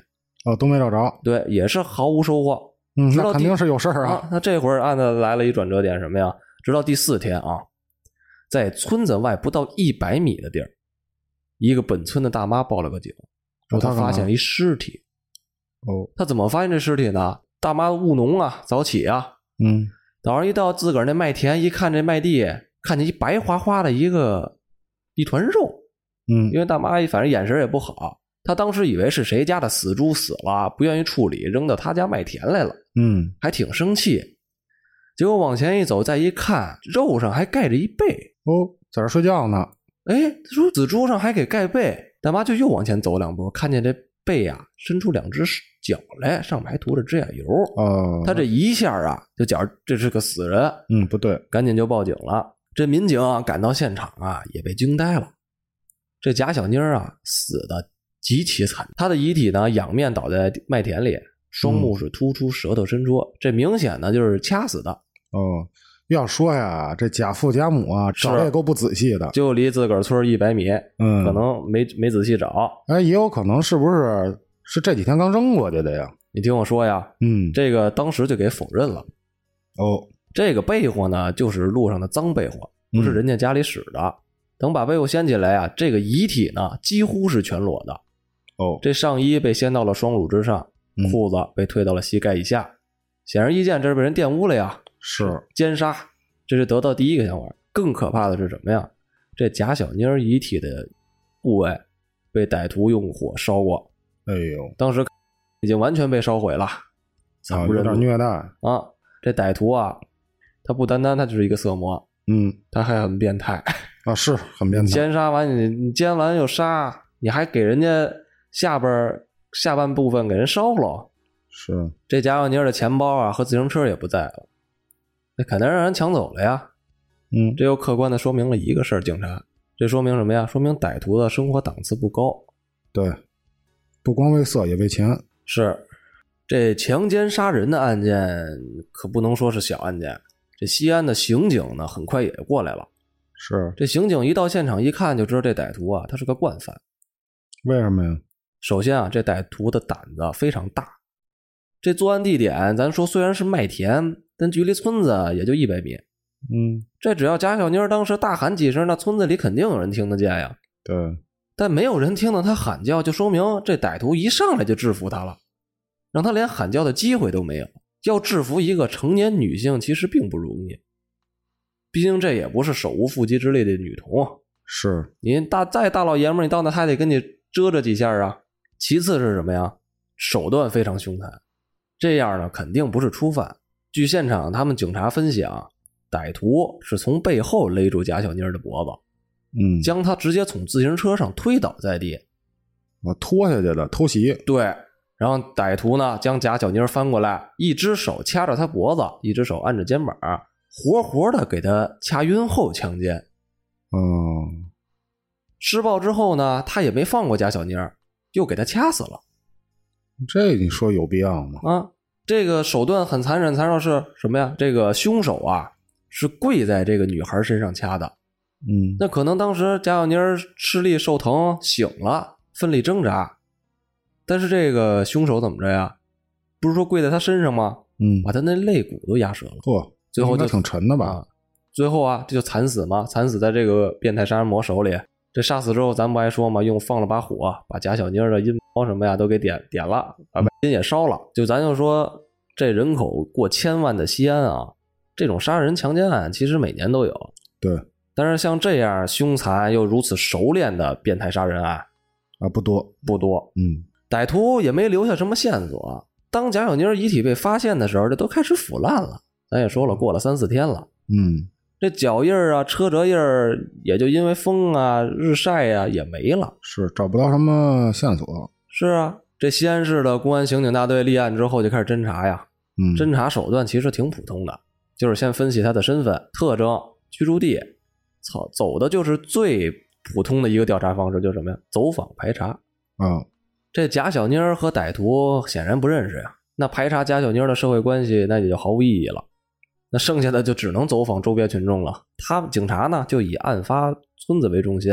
Speaker 5: 哦，都没找着。
Speaker 1: 对，也是毫无收获。
Speaker 5: 嗯，
Speaker 1: 直到
Speaker 5: 那肯
Speaker 1: 第
Speaker 5: 定是有事儿啊。
Speaker 1: 那这会儿案子来了一转折点，什么呀？直到第四天啊，在村子外不到一百米的地儿，一个本村的大妈报了个警，说
Speaker 5: 她
Speaker 1: 她
Speaker 5: 干嘛
Speaker 1: 发现了一尸体。
Speaker 5: 哦，
Speaker 1: 她怎么发现这尸体呢？大妈务农啊，早起啊，
Speaker 5: 嗯，
Speaker 1: 早上一到自个儿那麦田，一看这麦地，看见一白花花的一个一团肉，
Speaker 5: 嗯
Speaker 1: 因，为大妈反正眼神也不好，她当时以为是谁家的死猪死了，不愿意处理，扔到她家麦田来了。
Speaker 5: 嗯，
Speaker 1: 还挺生气。结果往前一走，再一看，肉上还盖着一被。
Speaker 5: 哦，在这儿睡觉呢。
Speaker 1: 哎，他说紫珠上还给盖被，大妈就又往前走两步，看见这被啊伸出两只脚来，上面还涂着指甲油。
Speaker 5: 哦，
Speaker 1: 他这一下啊，就觉着这是个死人，
Speaker 5: 嗯不对，
Speaker 1: 赶紧就报警了。这民警啊赶到现场啊，也被惊呆了。这贾小妮儿啊，死的极其惨，她的遗体呢仰面倒在麦田里，
Speaker 5: 嗯
Speaker 1: 双目是突出，舌头伸出，这明显呢就是掐死的。
Speaker 5: 哦，要说呀，这贾父贾母啊，
Speaker 1: 是
Speaker 5: 找的也够不仔细的。
Speaker 1: 就离自个儿村一百米，
Speaker 5: 嗯，
Speaker 1: 可能没没仔细找。
Speaker 5: 哎，也有可能是不是是这几天刚扔过去的呀？
Speaker 1: 你听我说呀，
Speaker 5: 嗯，
Speaker 1: 这个当时就给否认了。
Speaker 5: 哦，
Speaker 1: 这个被窝呢，就是路上的脏被窝，不
Speaker 5: 嗯
Speaker 1: 是人家家里使的。等把被窝掀起来啊，这个遗体呢几乎是全裸的，
Speaker 5: 哦，
Speaker 1: 这上衣被掀到了双乳之上，
Speaker 5: 嗯
Speaker 1: 裤子被退到了膝盖以下。显而易见，这是被人玷污了呀，
Speaker 5: 是，
Speaker 1: 奸杀。这是得到第一个想法。更可怕的是什么呀？这贾小妮儿遗体的部位被歹徒用火烧过，
Speaker 5: 哎呦，
Speaker 1: 当时已经完全被烧毁了，
Speaker 5: 啊
Speaker 1: 惨，不
Speaker 5: 有
Speaker 1: 忍
Speaker 5: 点
Speaker 1: 睹
Speaker 5: 虐待。
Speaker 1: 啊！这歹徒啊，他不单单他就是一个色魔，
Speaker 5: 嗯，
Speaker 1: 他还很变态，
Speaker 5: 啊，是很变态。
Speaker 1: 奸杀完你，你奸完又杀，你还给人家下边儿下半部分给人烧了。
Speaker 5: 是，
Speaker 1: 这贾小妮儿的钱包啊和自行车也不在了，那肯定让人抢走了呀。
Speaker 5: 嗯，
Speaker 1: 这又客观的说明了一个事儿，警察，这说明什么呀？说明歹徒的生活档次不高，
Speaker 5: 对，不光为色，也为钱。
Speaker 1: 是，这强奸杀人的案件可不能说是小案件。这西安的刑警呢，很快也过来了。
Speaker 5: 是
Speaker 1: 这刑警一到现场一看就知道这歹徒啊，他是个惯犯。
Speaker 5: 为什么呀？
Speaker 1: 首先啊，这歹徒的胆子非常大。这作案地点，咱说虽然是麦田，但距离村子也就一百米。
Speaker 5: 嗯，
Speaker 1: 这只要贾小妮儿当时大喊几声，那村子里肯定有人听得见呀。
Speaker 5: 对，
Speaker 1: 但没有人听到他喊叫，就说明这歹徒一上来就制服他了，让他连喊叫的机会都没有。要制服一个成年女性其实并不容易，毕竟这也不是手无缚鸡之力的女童啊。
Speaker 5: 是，
Speaker 1: 你大再大老爷们儿，你到那还得跟你遮着几下啊。其次是什么呀？手段非常凶残，这样呢肯定不是初犯。据现场他们警察分析啊，歹徒是从背后勒住贾小妮儿的脖子，
Speaker 5: 嗯，
Speaker 1: 将她直接从自行车上推倒在地，
Speaker 5: 我拖下去的，偷袭。
Speaker 1: 对，然后歹徒呢将贾小妮儿翻过来，一只手掐着她脖子，一只手按着肩膀，活活的给她掐晕后强奸。
Speaker 5: 嗯，
Speaker 1: 施暴之后呢，他也没放过贾小妮儿，又给她掐死了
Speaker 5: 这你说有必要吗？
Speaker 1: 啊！这个手段很残忍，残忍到是什么呀？这个凶手啊是跪在这个女孩身上掐的。
Speaker 5: 嗯，
Speaker 1: 那可能当时贾小妮儿吃力受疼醒了，奋力挣扎，但是这个凶手怎么着呀？不是说跪在她身上吗？
Speaker 5: 嗯，
Speaker 1: 把他那肋骨都压折了。
Speaker 5: 嚯，
Speaker 1: 最后
Speaker 5: 应该
Speaker 1: 就
Speaker 5: 挺沉的吧
Speaker 1: 啊？最后啊，这就惨死嘛，惨死在这个变态杀人魔手里。这杀死之后，咱不还说嘛，用放了把火，把贾小妮儿的阴毛什么呀都给点点了，把白金也烧了。就咱就说，这人口过千万的西安啊，这种杀人强奸案其实每年都有。
Speaker 5: 对
Speaker 1: 但是像这样凶残又如此熟练的变态杀人案
Speaker 5: 啊，不多，
Speaker 1: 不多，
Speaker 5: 嗯，
Speaker 1: 歹徒也没留下什么线索。当贾小妮儿遗体被发现的时候，这都开始腐烂了。咱也说了，过了三四天了，
Speaker 5: 嗯，
Speaker 1: 这脚印儿啊、车辙印儿也就因为风啊、日晒呀、也没了。
Speaker 5: 是找不到什么线索，
Speaker 1: 是啊，这西安市的公安刑警大队立案之后就开始侦查呀。
Speaker 5: 嗯，
Speaker 1: 侦查手段其实挺普通的，就是先分析他的身份、特征、居住地。操，走的就是最普通的一个调查方式，就是什么呀？走访排查。
Speaker 5: 啊，
Speaker 1: 这贾小妮儿和歹徒显然不认识呀，那排查贾小妮儿的社会关系，那也就毫无意义了。那剩下的就只能走访周边群众了。他警察呢，就以案发村子为中心，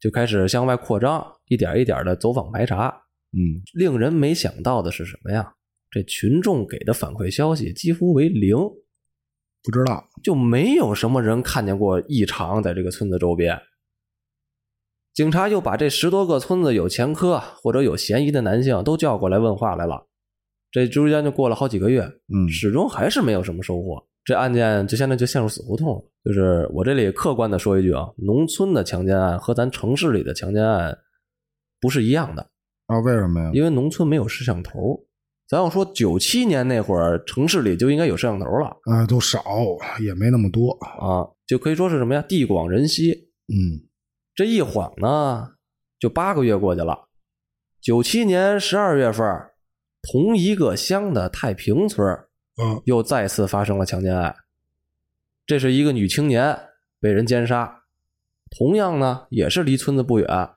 Speaker 1: 就开始向外扩张，一点一点的走访排查。
Speaker 5: 嗯，
Speaker 1: 令人没想到的是什么呀？这群众给的反馈消息几乎为零，
Speaker 5: 不知道，
Speaker 1: 就没有什么人看见过异常在这个村子周边。警察又把这十多个村子有前科或者有嫌疑的男性都叫过来问话来了，这中间就过了好几个月，
Speaker 5: 嗯，
Speaker 1: 始终还是没有什么收获。这案件就现在就陷入死胡同了。就是我这里客观的说一句啊，农村的强奸案和咱城市里的强奸案不是一样的，
Speaker 5: 啊，为什么呀？
Speaker 1: 因为农村没有摄像头。咱要说九七年那会儿，城市里就应该有摄像头了
Speaker 5: 啊，都少，也没那么多，
Speaker 1: 啊，就可以说是什么呀？地广人稀。
Speaker 5: 嗯，
Speaker 1: 这一晃呢，就八个月过去了。九七年十二月份，同一个乡的太平村儿
Speaker 5: 啊，
Speaker 1: 又再次发生了强奸案。这是一个女青年被人奸杀，同样呢也是离村子不远，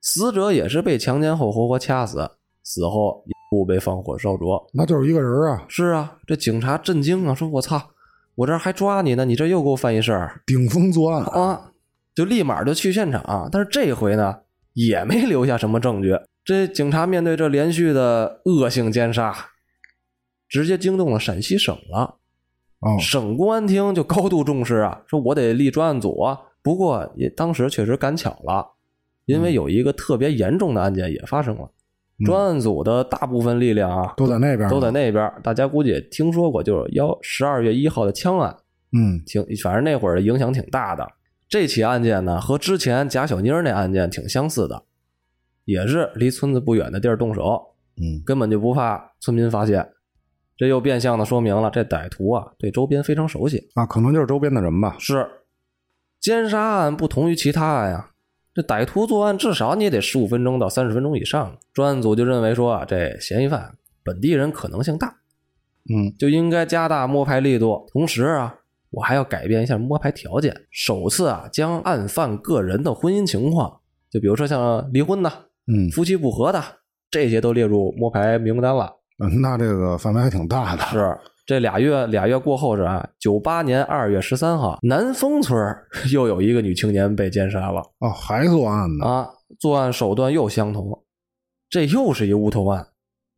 Speaker 1: 死者也是被强奸后活活掐死，死后一部被放火烧灼。
Speaker 5: 那就是一个人啊，
Speaker 1: 是啊，这警察震惊啊，说我操，我这儿还抓你呢，你这又给我犯一事儿
Speaker 5: 顶风作案，
Speaker 1: 啊！就立马就去现场、啊但是这回呢，也没留下什么证据。这警察面对这连续的恶性奸杀，直接惊动了陕西省了。
Speaker 5: 啊，
Speaker 1: 省公安厅就高度重视啊，说我得立专案组啊。不过也当时确实赶巧了，因为有一个特别严重的案件也发生了，
Speaker 5: 嗯
Speaker 1: 专案组的大部分力量啊
Speaker 5: 都在那边呢，
Speaker 1: 都在那边儿，大家估计也听说过，就是幺十二月一号的枪案，
Speaker 5: 嗯，
Speaker 1: 挺反正那会儿的影响挺大的。这起案件呢，和之前贾小妮儿那案件挺相似的，也是离村子不远的地儿动手，
Speaker 5: 嗯，
Speaker 1: 根本就不怕村民发现。这又变相的说明了这歹徒啊对周边非常熟悉。
Speaker 5: 啊，可能就是周边的人吧，
Speaker 1: 是，奸杀案不同于其他案呀、这歹徒作案至少你也得十五分钟到三十分钟以上。专案组就认为说啊，这嫌疑犯本地人可能性大，
Speaker 5: 嗯，
Speaker 1: 就应该加大摸排力度。同时啊，我还要改变一下摸排条件，首次啊将案犯个人的婚姻情况，就比如说像离婚的、
Speaker 5: 嗯，
Speaker 1: 夫妻不和的这些都列入摸排名单了。
Speaker 5: 嗯那这个范围还挺大的，
Speaker 1: 是这俩月俩月过后是啊，九八年二月十三号，南丰村儿又有一个女青年被奸杀了
Speaker 5: 哦，还作案呢，
Speaker 1: 啊，作案手段又相同，这又是一无头案。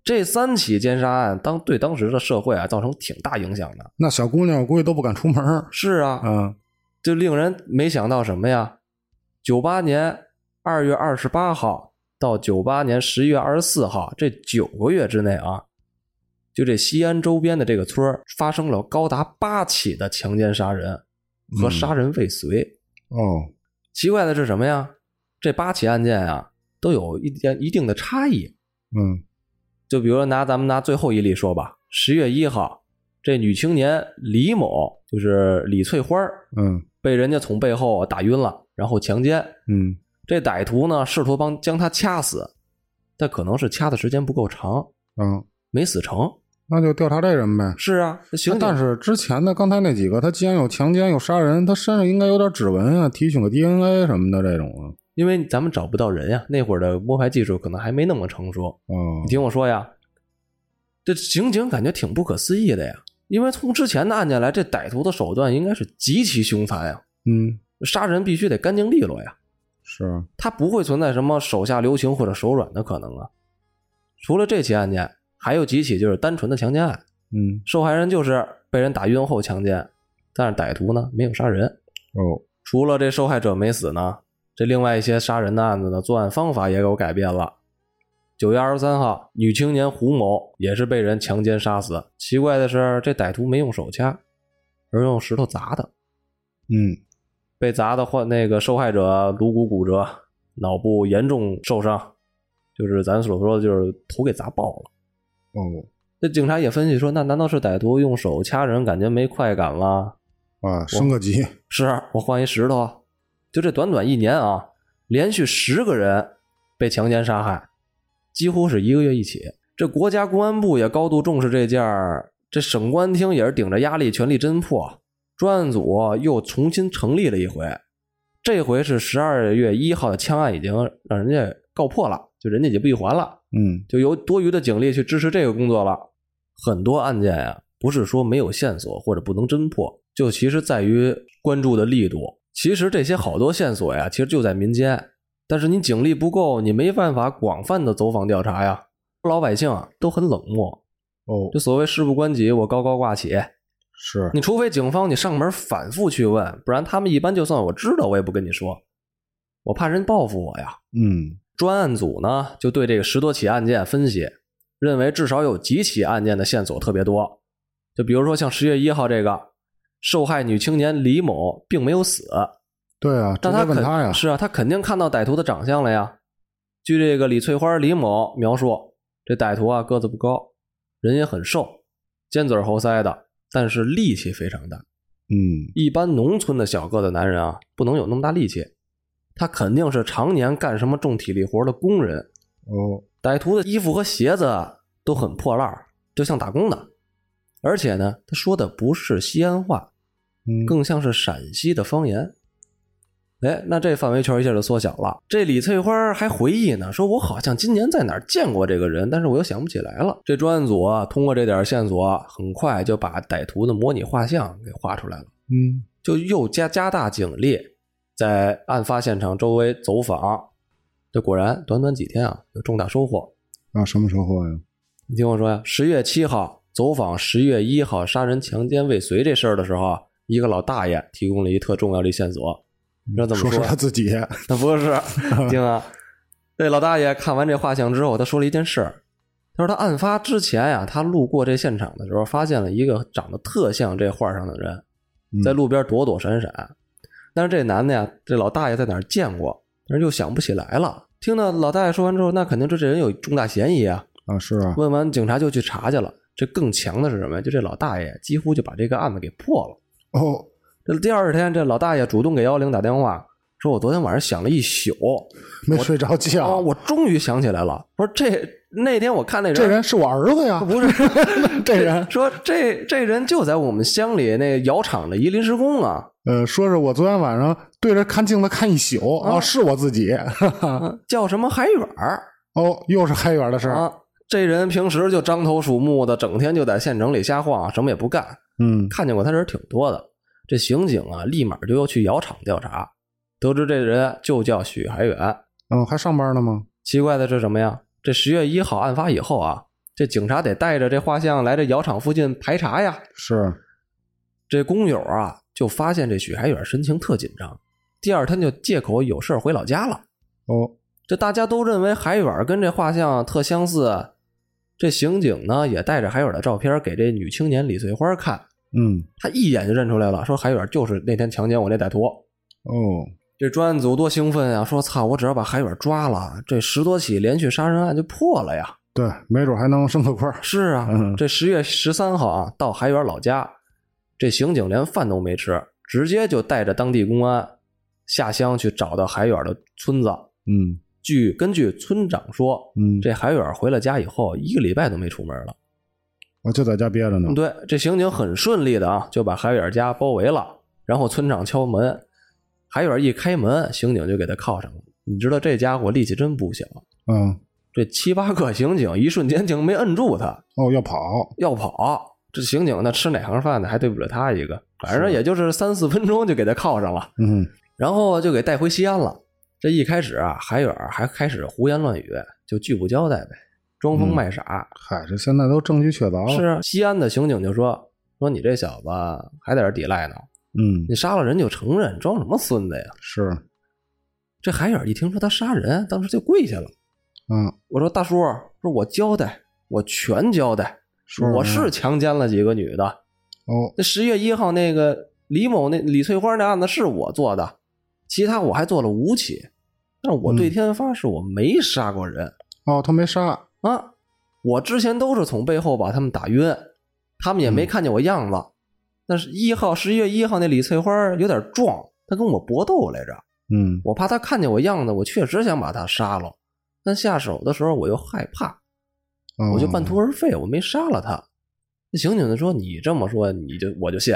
Speaker 1: 这三起奸杀案当对当时的社会啊造成挺大影响的。
Speaker 5: 那小姑娘我估计都不敢出门儿，
Speaker 1: 是啊，
Speaker 5: 啊，
Speaker 1: 就令人没想到什么呀？九八年二月二十八号到九八年十一月二十四号这九个月之内啊，就这西安周边的这个村儿发生了高达八起的强奸杀人和杀人未遂。
Speaker 5: 哦，
Speaker 1: 奇怪的是什么呀？这八起案件啊，都有一定一定的差异。
Speaker 5: 嗯，
Speaker 1: 就比如说拿咱们拿最后一例说吧，十月一号，这女青年李某就是李翠花儿
Speaker 5: 嗯，
Speaker 1: 被人家从背后啊打晕了，然后强奸。
Speaker 5: 嗯，
Speaker 1: 这歹徒呢试图帮将她掐死，但可能是掐的时间不够长，
Speaker 5: 啊，
Speaker 1: 没死成。
Speaker 5: 那就调查这人呗。
Speaker 1: 是啊，那刑警
Speaker 5: 但是之前的刚才那几个，他既然有强奸有杀人，他身上应该有点指纹啊，提取个 DNA 什么的这种啊。
Speaker 1: 因为咱们找不到人呀，那会儿的摸排技术可能还没那么成熟。
Speaker 5: 哦
Speaker 1: 你，听我说呀，这刑警感觉挺不可思议的呀，因为从之前的案件来，这歹徒的手段应该是极其凶残呀，
Speaker 5: 嗯，
Speaker 1: 杀人必须得干净利落呀，
Speaker 5: 是啊，
Speaker 1: 他不会存在什么手下留情或者手软的可能啊。除了这起案件，还有几起就是单纯的强奸案，
Speaker 5: 嗯，
Speaker 1: 受害人就是被人打晕后强奸，但是歹徒呢没有杀人。
Speaker 5: 哦，
Speaker 1: 除了这受害者没死呢，这另外一些杀人的案子呢，作案方法也有改变了。九月二十三号，女青年胡某也是被人强奸杀死。奇怪的是，这歹徒没用手掐，而用石头砸的。
Speaker 5: 嗯，
Speaker 1: 被砸的患那个受害者颅骨骨折，脑部严重受伤，就是咱所说的，就是头给砸爆了。
Speaker 5: 哦
Speaker 1: 这警察也分析说，那难道是歹徒用手掐人，感觉没快感吗？
Speaker 5: 啊，升个级，
Speaker 1: 是我换一石头，啊就这短短一年啊，连续十个人被强奸杀害，几乎是一个月一起。这国家公安部也高度重视这件儿，这省公安厅也是顶着压力全力侦破，专案组又重新成立了一回。这回是十二月一号的枪案已经让人家告破了，就人家已经闭环了。
Speaker 5: 嗯
Speaker 1: 就有多余的警力去支持这个工作了。很多案件呀、不是说没有线索或者不能侦破，就其实在于关注的力度。其实这些好多线索呀，其实就在民间，但是你警力不够，你没办法广泛的走访调查呀。老百姓啊都很冷漠，
Speaker 5: 哦
Speaker 1: 就，所谓事不关己，我高高挂起。
Speaker 5: 是
Speaker 1: 你除非警方你上门反复去问，不然他们一般就算我知道，我也不跟你说，我怕人报复我呀。
Speaker 5: 嗯
Speaker 1: 专案组呢就对这个十多起案件分析，认为至少有几起案件的线索特别多。就比如说像十月一号这个，受害女青年李某并没有死，
Speaker 5: 对啊，
Speaker 1: 但
Speaker 5: 直接
Speaker 1: 她
Speaker 5: 问
Speaker 1: 肯
Speaker 5: 他呀，
Speaker 1: 是啊，她肯定看到歹徒的长相了呀。据这个李翠花李某描述，这歹徒啊个子不高，人也很瘦，尖嘴猴腮的，但是力气非常大。
Speaker 5: 嗯
Speaker 1: 一般农村的小个子男人啊，不能有那么大力气，他肯定是常年干什么重体力活的工人。
Speaker 5: 哦
Speaker 1: 歹徒的衣服和鞋子啊都很破烂儿，就像打工的。而且呢，他说的不是西安话，
Speaker 5: 嗯
Speaker 1: 更像是陕西的方言。哎，那这范围圈一下就缩小了。这李翠花还回忆呢，说我好像今年在哪儿见过这个人，但是我又想不起来了。这专案组啊，通过这点线索啊，很快就把歹徒的模拟画像给画出来了。
Speaker 5: 嗯
Speaker 1: 就又加加大警力，在案发现场周围走访。这果然短短几天啊，有重大收获。
Speaker 5: 啊，什么收获呀？
Speaker 1: 你听我说呀，十月七号走访十月一号杀人强奸未遂这事儿的时候啊，一个老大爷提供了一特重要的线索。 你知道怎么
Speaker 5: 说
Speaker 1: 说啊
Speaker 5: 说
Speaker 1: 呀
Speaker 5: 他自己，
Speaker 1: 那不是，听啊，这老大爷看完这画像之后，他说了一件事儿。他说他案发之前呀、他路过这现场的时候，发现了一个长得特像这画上的人，
Speaker 5: 嗯
Speaker 1: 在路边躲躲闪闪。但是这男的呀，这老大爷在哪儿见过，但是又想不起来了。听到老大爷说完之后，那肯定是这人有重大嫌疑啊。
Speaker 5: 啊，是啊，
Speaker 1: 问完警察就去查去了。这更强的是什么呀？就这老大爷几乎就把这个案子给破了。
Speaker 5: 哦，
Speaker 1: 这第二天，这老大爷主动给幺幺零打电话，说我昨天晚上想了一宿，
Speaker 5: 没睡着
Speaker 1: 啊，
Speaker 5: 觉，
Speaker 1: 我终于想起来了。我说这那天我看那人，
Speaker 5: 这人是我儿子呀，
Speaker 1: 不是
Speaker 5: 这人，
Speaker 1: 说这这人就在我们乡里那窑厂的一临时工啊，
Speaker 5: 呃，说是我昨天晚上对着看镜子看一宿
Speaker 1: 啊
Speaker 5: 啊，是我自己，
Speaker 1: 啊叫什么海远儿
Speaker 5: 哦，又是开源的事儿，
Speaker 1: 啊。这人平时就獐头鼠目的，整天就在县城里瞎晃，什么也不干。
Speaker 5: 嗯
Speaker 1: 看见过他人挺多的。这刑警啊，立马就又去窑厂调查，得知这人就叫许海远。
Speaker 5: 嗯，还上班呢吗？
Speaker 1: 奇怪的是什么呀？这十月一号案发以后啊，这警察得带着这画像来这窑厂附近排查呀。
Speaker 5: 是，
Speaker 1: 这工友啊，就发现这许海远神情特紧张，第二天就借口有事儿回老家了。
Speaker 5: 哦，
Speaker 1: 这大家都认为海远跟这画像特相似，这刑警呢也带着海远的照片给这女青年李翠花看，
Speaker 5: 嗯，
Speaker 1: 她一眼就认出来了，说海远就是那天强奸我那歹徒。
Speaker 5: 哦，
Speaker 1: 这专案组多兴奋啊！说操，我只要把海远抓了，这十多起连续杀人案就破了呀！
Speaker 5: 对，没准还能升个官儿，
Speaker 1: 是啊，
Speaker 5: 嗯
Speaker 1: 这十月十三号啊，到海远老家，这刑警连饭都没吃，直接就带着当地公安下乡去找到海远的村子。
Speaker 5: 嗯
Speaker 1: 据根据村长说，
Speaker 5: 嗯，
Speaker 1: 这海远回了家以后，一个礼拜都没出门了。
Speaker 5: 我就在家憋着呢，
Speaker 1: 对，这刑警很顺利的啊，就把海远家包围了。然后村长敲门，海远一开门，刑警就给他铐上了。你知道这家伙力气真不小，
Speaker 5: 嗯，
Speaker 1: 这七八个刑警一瞬间竟没摁住他，
Speaker 5: 哦，要跑，
Speaker 1: 要跑。这刑警那吃哪行饭呢？还对不了他一个，反正
Speaker 5: 是啊
Speaker 1: 也就是三四分钟就给他铐上了，
Speaker 5: 嗯
Speaker 1: 然后就给带回西安了。这一开始啊，海远还开始胡言乱语，就拒不交代呗，装疯
Speaker 5: 嗯
Speaker 1: 卖傻。
Speaker 5: 嗨，这现在都证据确凿了，
Speaker 1: 是，啊西安的刑警就说说你这小子还在这儿抵赖呢，
Speaker 5: 嗯，
Speaker 1: 你杀了人就承认，装什么孙子呀？
Speaker 5: 是，
Speaker 1: 这海远一听说他杀人，当时就跪下了。
Speaker 5: 嗯，
Speaker 1: 我说大叔，说我交代，我全交代，
Speaker 5: 是吗
Speaker 1: 我是强奸了几个女的。
Speaker 5: 哦，
Speaker 1: 那十月一号那个李某那李翠花那案子是我做的，其他我还做了五起，但是我
Speaker 5: 嗯
Speaker 1: 对天发誓我没杀过人、
Speaker 5: 哦，他没杀，
Speaker 1: 啊！我之前都是从背后把他们打晕，他们也
Speaker 5: 嗯
Speaker 1: 没看见我样子。但是一号十一月一号那李翠花有点壮，她跟我搏斗来着，
Speaker 5: 嗯
Speaker 1: 我怕她看见我样子，我确实想把她杀了，但下手的时候我又害怕，
Speaker 5: 哦
Speaker 1: 我就半途而废，我没杀了他。那刑警就说：“你这么说，你就我就信。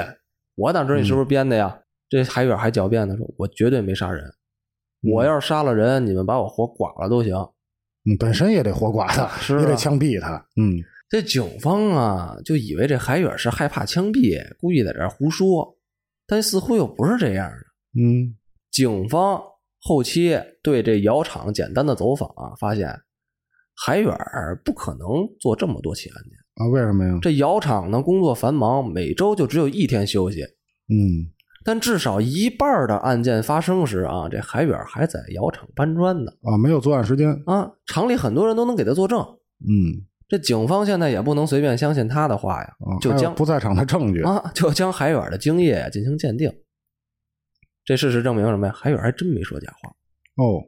Speaker 1: 我哪知道你是
Speaker 5: 嗯
Speaker 1: 不是编的呀？”这海远还狡辩的说：“我绝对没杀人，
Speaker 5: 嗯
Speaker 1: 我要是杀了人，你们把我活剐了都行。
Speaker 5: 嗯本身也得活剐他，
Speaker 1: 是啊
Speaker 5: 也得枪毙他，嗯，”
Speaker 1: 这警方啊，就以为这海远是害怕枪毙，故意在这儿胡说，但似乎又不是这样的。
Speaker 5: 嗯，
Speaker 1: 警方后期对这窑厂简单的走访啊，发现海远不可能做这么多起案件。
Speaker 5: 啊，为什么呀？
Speaker 1: 这窑厂呢，工作繁忙，每周就只有一天休息，
Speaker 5: 嗯，
Speaker 1: 但至少一半的案件发生时啊，这海远还在窑厂搬砖呢
Speaker 5: 啊，没有作案时间，
Speaker 1: 啊，厂里很多人都能给他作证。
Speaker 5: 嗯，
Speaker 1: 这警方现在也不能随便相信他的话呀
Speaker 5: 啊，，
Speaker 1: 就
Speaker 5: 还有
Speaker 1: 将
Speaker 5: 不在场的证据，
Speaker 1: 啊，就将海远的精液啊进行鉴定。这事实证明什么呀？海远还真没说假话，
Speaker 5: 哦，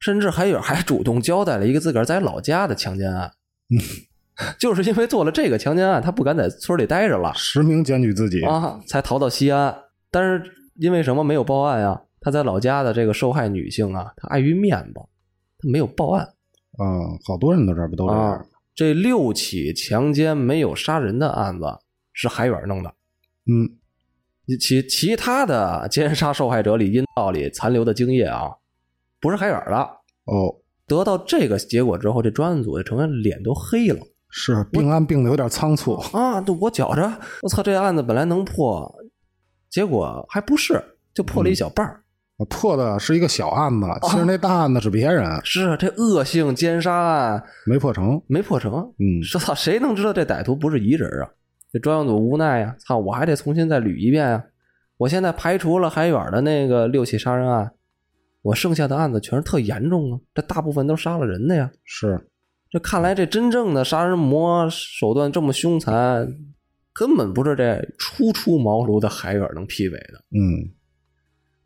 Speaker 1: 甚至海远还主动交代了一个自个儿在老家的强奸案，
Speaker 5: 嗯
Speaker 1: 就是因为做了这个强奸案，他不敢在村里待着了，
Speaker 5: 实名检举自己，
Speaker 1: 啊，才逃到西安。但是因为什么没有报案啊？她在老家的这个受害女性啊，她碍于面子，她没有报案
Speaker 5: 啊，好多人都这儿不都这
Speaker 1: 啊
Speaker 5: 样，。
Speaker 1: 这六起强奸没有杀人的案子是海远弄的，
Speaker 5: 嗯，
Speaker 1: 其其他的奸杀受害者里阴道里残留的精液啊，不是海远的。
Speaker 5: 哦，
Speaker 1: 得到这个结果之后，这专案组的成员脸都黑了
Speaker 5: 是病案病的有点仓促，
Speaker 1: 啊！都我觉着，我操，这案子本来能破，结果还不是，就破了一小半儿。
Speaker 5: 啊破的是一个小案子，
Speaker 1: 啊
Speaker 5: 其实那大案子是别人
Speaker 1: 是啊，这恶性奸杀案
Speaker 5: 没破成，
Speaker 1: 没破成，
Speaker 5: 嗯，
Speaker 1: 说操，谁能知道这歹徒不是一人啊？这专案组无奈呀、操，我还得重新再捋一遍啊！我现在排除了海远的那个六起杀人案，我剩下的案子全是特严重啊，这大部分都是杀了人的呀。
Speaker 5: 是，
Speaker 1: 这看来这真正的杀人魔手段这么凶残，根本不是这初出茅庐的海远能匹敌的。
Speaker 5: 嗯，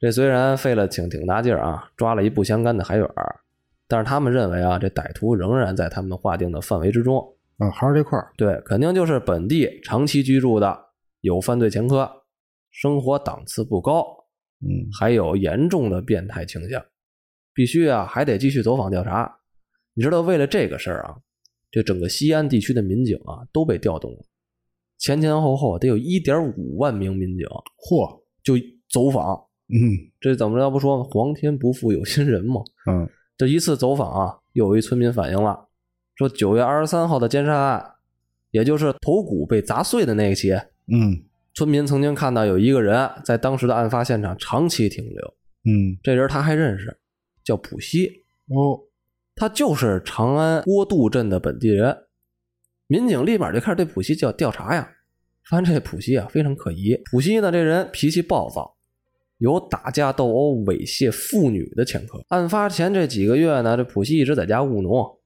Speaker 1: 这虽然费了挺挺大劲儿啊，抓了一不相干的海远儿，但是他们认为啊，这歹徒仍然在他们划定的范围之中。
Speaker 5: 啊，还是这块儿，
Speaker 1: 对，肯定就是本地长期居住的，有犯罪前科，生活档次不高，
Speaker 5: 嗯，
Speaker 1: 还有严重的变态倾向，必须啊还得继续走访调查。你知道，为了这个事儿啊，这整个西安地区的民警啊都被调动了，前前后后得有一点五万名民警
Speaker 5: 嚯，
Speaker 1: 就走访，
Speaker 5: 嗯
Speaker 1: 这怎么着不说吗皇天不负有心人嘛。
Speaker 5: 嗯，
Speaker 1: 这一次走访啊，又有一村民反映了，说九月二十三号的奸杀案，也就是头骨被砸碎的那一起，
Speaker 5: 嗯
Speaker 1: 村民曾经看到有一个人在当时的案发现场长期停留，
Speaker 5: 嗯，
Speaker 1: 这人他还认识，叫普希，
Speaker 5: 哦，
Speaker 1: 他就是长安郭渡镇的本地人。民警立马就开始对普希叫调查呀，发现这普希啊非常可疑。普希呢这人脾气暴躁，有打架斗殴、猥亵妇女的前科。案发前这几个月呢，这普希一直在家务农。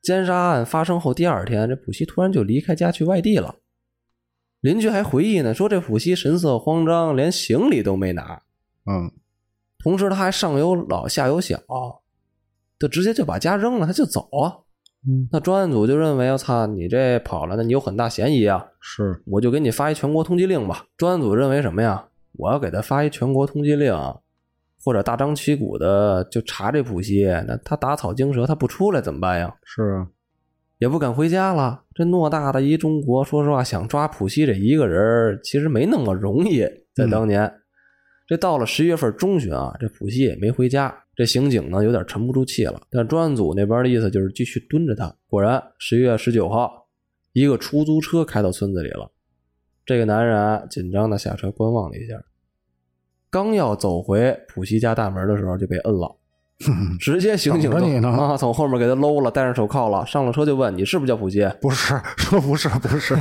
Speaker 1: 奸杀案发生后第二天，这普希突然就离开家去外地了。邻居还回忆呢，说这普希神色慌张，连行李都没拿。
Speaker 5: 嗯
Speaker 1: 同时他还上有老下有小，就直接就把家扔了，他就走啊。
Speaker 5: 嗯，
Speaker 1: 那专案组就认为，我操，你这跑了，那你有很大嫌疑啊，
Speaker 5: 是，
Speaker 1: 我就给你发一全国通缉令吧。专案组认为什么呀？我要给他发一全国通缉令，或者大张旗鼓的就查这普希，那他打草惊蛇，他不出来怎么办呀？
Speaker 5: 是啊，
Speaker 1: 也不敢回家了。这偌大的一中国，说实话，想抓普希这一个人儿，其实没那么容易。在当年，这到了十一月份中旬啊，这普希也没回家。这刑警呢，有点沉不住气了。但专案组那边的意思就是继续蹲着他。果然，十一月十九号，一个出租车开到村子里了。这个男人啊紧张的下车观望了一下，刚要走回普希家大门的时候，就被摁了。直接刑警
Speaker 5: 等着你呢
Speaker 1: 从啊，从后面给他搂了，戴上手铐了，上了车就问你是不是叫 普希？
Speaker 5: 不是，说不是不 是，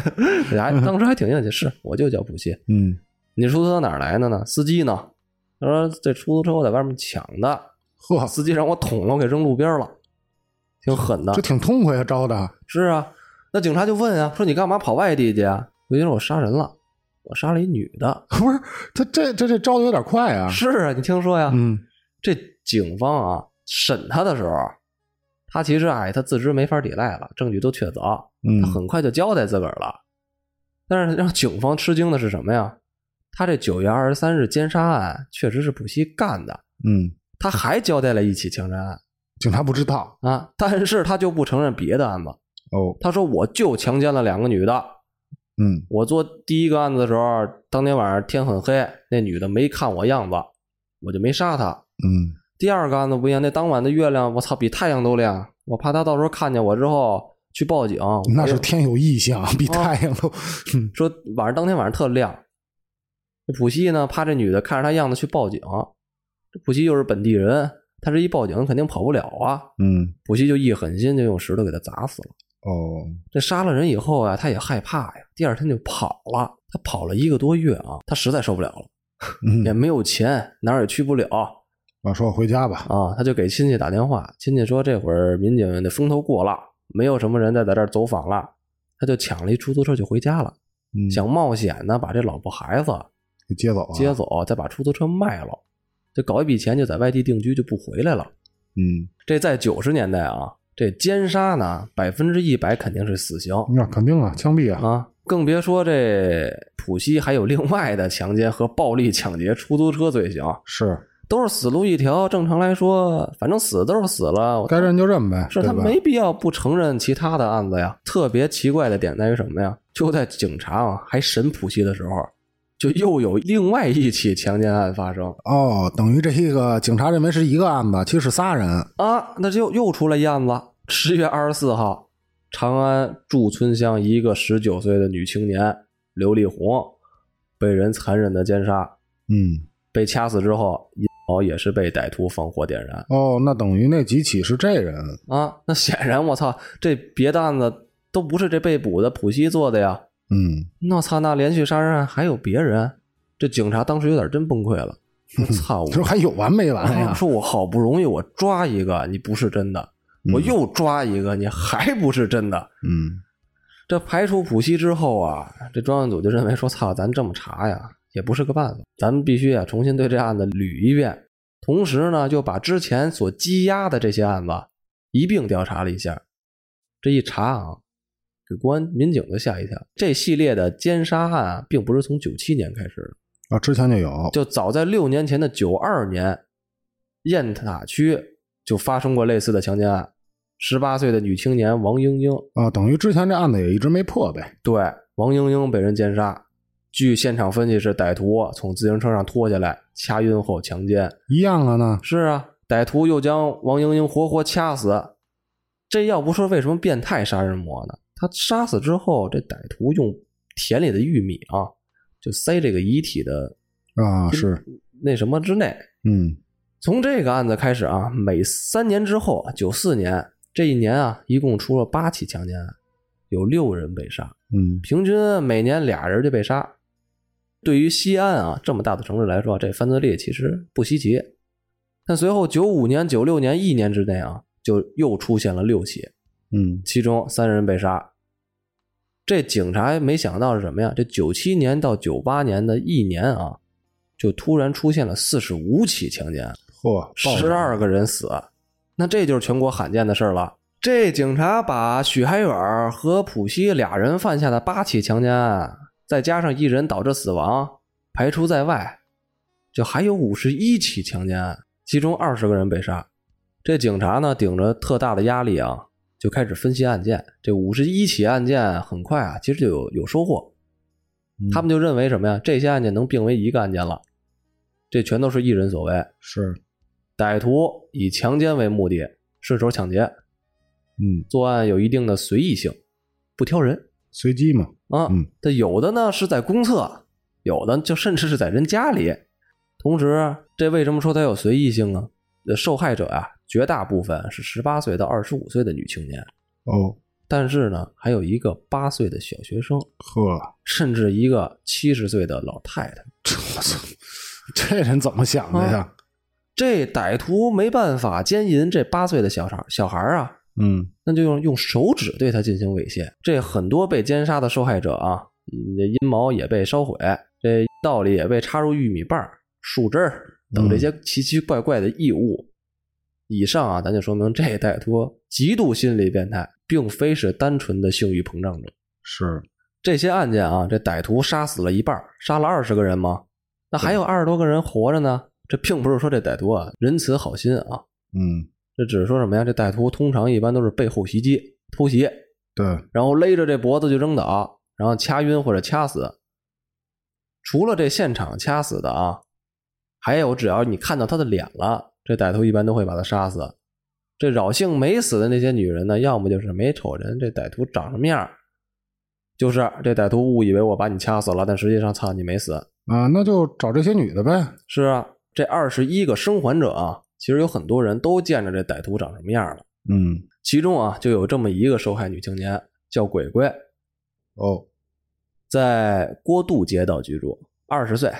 Speaker 1: 还当时还挺硬气，是我就叫普希。
Speaker 5: 嗯，
Speaker 1: 你出租车哪儿来的呢？司机呢？他说这出租车我在外面抢的，
Speaker 5: 嚯，
Speaker 1: 司机让我捅了，我给扔路边了。挺狠的
Speaker 5: 这。挺痛快啊，招的。
Speaker 1: 是啊，那警察就问啊，说你干嘛跑外地去啊？我就说我杀人了，我杀了一女的。
Speaker 5: 不是他这这这招的有点快啊。
Speaker 1: 是啊，你听说呀？
Speaker 5: 嗯，
Speaker 1: 这警方啊审他的时候，他其实哎，他自知没法抵赖了，证据都确凿，
Speaker 5: 嗯
Speaker 1: 他很快就交代自个儿了。但是让警方吃惊的是什么呀？他这九月二十三日奸杀案确实是不惜干的，
Speaker 5: 嗯，
Speaker 1: 他还交代了一起强奸案
Speaker 5: 警察不知道
Speaker 1: 啊，但是他就不承认别的案子。
Speaker 5: 哦。
Speaker 1: 他说我就强奸了两个女的，
Speaker 5: 嗯
Speaker 1: 我做第一个案子的时候，当天晚上天很黑，那女的没看我样子，我就没杀她。
Speaker 5: 嗯
Speaker 1: 第二个案子不一样，那当晚的月亮，我操，比太阳都亮。我怕他到时候看见我之后去报警，
Speaker 5: 那
Speaker 1: 我
Speaker 5: 是
Speaker 1: 就
Speaker 5: 天有异象，比
Speaker 1: 啊
Speaker 5: 太阳都。嗯
Speaker 1: 说晚上当天晚上特亮。这普希呢，怕这女的看着他样子去报警，这普希又是本地人，他这一报警肯定跑不了啊。
Speaker 5: 嗯
Speaker 1: 普希就一狠心，就用石头给他砸死了。
Speaker 5: 哦，
Speaker 1: 这杀了人以后啊，他也害怕呀，第二天就跑了。他跑了一个多月啊，他实在受不了了，也
Speaker 5: 嗯，
Speaker 1: 没有钱，哪儿也去不了，
Speaker 5: 我说我回家吧。
Speaker 1: 啊，他就给亲戚打电话，亲戚说这会儿民警的风头过了，没有什么人再在这儿走访了，他就抢了一出租车就回家了，
Speaker 5: 嗯，
Speaker 1: 想冒险呢把这老婆孩子
Speaker 5: 给接走啊。
Speaker 1: 接走，再把出租车卖了，就搞一笔钱就在外地定居就不回来了。
Speaker 5: 嗯，
Speaker 1: 这在九十年代啊，这奸杀呢百分之一百肯定是死刑
Speaker 5: 那肯定啊，枪毙啊。
Speaker 1: 啊。更别说这浦西还有另外的强奸和暴力抢劫出租车罪行，
Speaker 5: 是
Speaker 1: 都是死路一条。正常来说，反正死都是死了，我
Speaker 5: 该认就认呗，
Speaker 1: 是
Speaker 5: 对
Speaker 1: 他
Speaker 5: 吧？
Speaker 1: 没必要不承认其他的案子呀。特别奇怪的点在于什么呀？就在警察啊还审普希的时候，就又有另外一起强奸案发生
Speaker 5: 哦，等于这一个警察认为是一个案子，其实是仨人。
Speaker 1: 啊，那就又出来一案子。十月二十四号，长安驻村乡一个十九岁的女青年刘丽红被人残忍的奸杀，
Speaker 5: 嗯，
Speaker 1: 被掐死之后，阴毛也是被歹徒放火点燃
Speaker 5: 哦，那等于那几起是这人。
Speaker 1: 啊。那显然，我操，这别的案子都不是这被捕的普希做的呀。
Speaker 5: 嗯，
Speaker 1: 那操，那连续杀人案还有别人？这警察当时有点真崩溃了，说 操我
Speaker 5: 这！还有完没完
Speaker 1: 啊
Speaker 5: 呀？
Speaker 1: 说我好不容易我抓一个，你不是真的，我又抓一个，你还不是真的。
Speaker 5: 嗯
Speaker 1: 这排除普希之后啊，这专案组就认为说，操，咱这么查呀，也不是个办法，咱们必须啊重新对这案子捋一遍，同时呢，就把之前所积压的这些案子一并调查了一下。这一查啊，给公安民警就吓一跳，这系列的奸杀案啊，并不是从九七年开始的，
Speaker 5: 啊，之前就有。
Speaker 1: 就早在六年前的九二年，雁塔区就发生过类似的强奸案，十八岁的女青年王英英
Speaker 5: 啊，等于之前这案子也一直没破呗。
Speaker 1: 对，王英英被人奸杀。据现场分析是歹徒啊从自行车上拖下来，掐晕后强奸。
Speaker 5: 一样了呢。
Speaker 1: 是啊，歹徒又将王英英活活掐死。这要不说为什么变态杀人魔呢？他杀死之后，这歹徒用田里的玉米啊，就塞这个遗体的嗯
Speaker 5: 啊，是，
Speaker 1: 那什么之内。
Speaker 5: 嗯
Speaker 1: 从这个案子开始啊，每三年之后，九四年这一年啊，一共出了八起强奸案，有六人被杀。
Speaker 5: 嗯
Speaker 1: 平均每年俩人就被杀。对于西安啊这么大的城市来说，这犯罪率其实不稀奇。但随后九五年、九六年一年之内啊，就又出现了六起，
Speaker 5: 嗯
Speaker 1: 其中三人被杀。这警察没想到是什么呀？这九七年到九八年的一年啊，就突然出现了四十五起强奸案。
Speaker 5: 嚯，报
Speaker 1: 十二个人死，那这就是全国罕见的事儿了。这警察把许海远和普希俩人犯下的八起强奸案，再加上一人导致死亡，排除在外，就还有五十一起强奸案，其中二十个人被杀。这警察呢，顶着特大的压力啊，就开始分析案件。这五十一起案件很快啊，其实就有有收获。他们就认为什么呀？这些案件能并为一个案件了，这全都是一人所为。
Speaker 5: 是，
Speaker 1: 歹徒以强奸为目的，顺手抢劫，
Speaker 5: 嗯，
Speaker 1: 作案有一定的随意性，不挑人
Speaker 5: 随机嘛。
Speaker 1: 啊
Speaker 5: 嗯。
Speaker 1: 这、有的呢是在公厕，有的就甚至是在人家里。同时，这为什么说它有随意性呢？呃受害者啊，绝大部分是十八岁到二十五岁的女青年，
Speaker 5: 哦，
Speaker 1: 但是呢，还有一个八岁的小学生，
Speaker 5: 呵，
Speaker 1: 甚至一个七十岁的老太太。
Speaker 5: 这我操， 这人怎么想的呀？
Speaker 1: 这歹徒没办法奸淫这八岁的小孩小孩儿啊，
Speaker 5: 嗯
Speaker 1: 那就用用手指对他进行猥亵。这很多被奸杀的受害者啊，嗯这阴毛也被烧毁，这道里也被插入玉米棒儿、树枝儿等这些奇奇怪怪的异物。以上啊，咱就说明这歹徒极度心理变态，并非是单纯的性欲膨胀者。
Speaker 5: 是，
Speaker 1: 这些案件啊，这歹徒杀死了一半儿，杀了二十个人吗？那还有二十多个人活着呢。这并不是说这歹徒啊仁慈好心啊，
Speaker 5: 嗯
Speaker 1: 这只是说什么呀？这歹徒通常一般都是背后袭击、偷袭，
Speaker 5: 对，
Speaker 1: 然后勒着这脖子就扔倒，然后掐晕或者掐死。除了这现场掐死的啊，还有只要你看到他的脸了，这歹徒一般都会把他杀死。这侥幸没死的那些女人呢，要么就是没瞅人这歹徒长什么样儿，就是这歹徒误以为我把你掐死了，但实际上操你没死。
Speaker 5: 啊，那就找这些女的呗，
Speaker 1: 是啊，这二十一个生还者啊，其实有很多人都见着这歹徒长什么样了。
Speaker 5: 嗯
Speaker 1: 其中啊，就有这么一个受害女青年叫鬼鬼，
Speaker 5: 哦，
Speaker 1: 在郭渡街道居住，二十岁。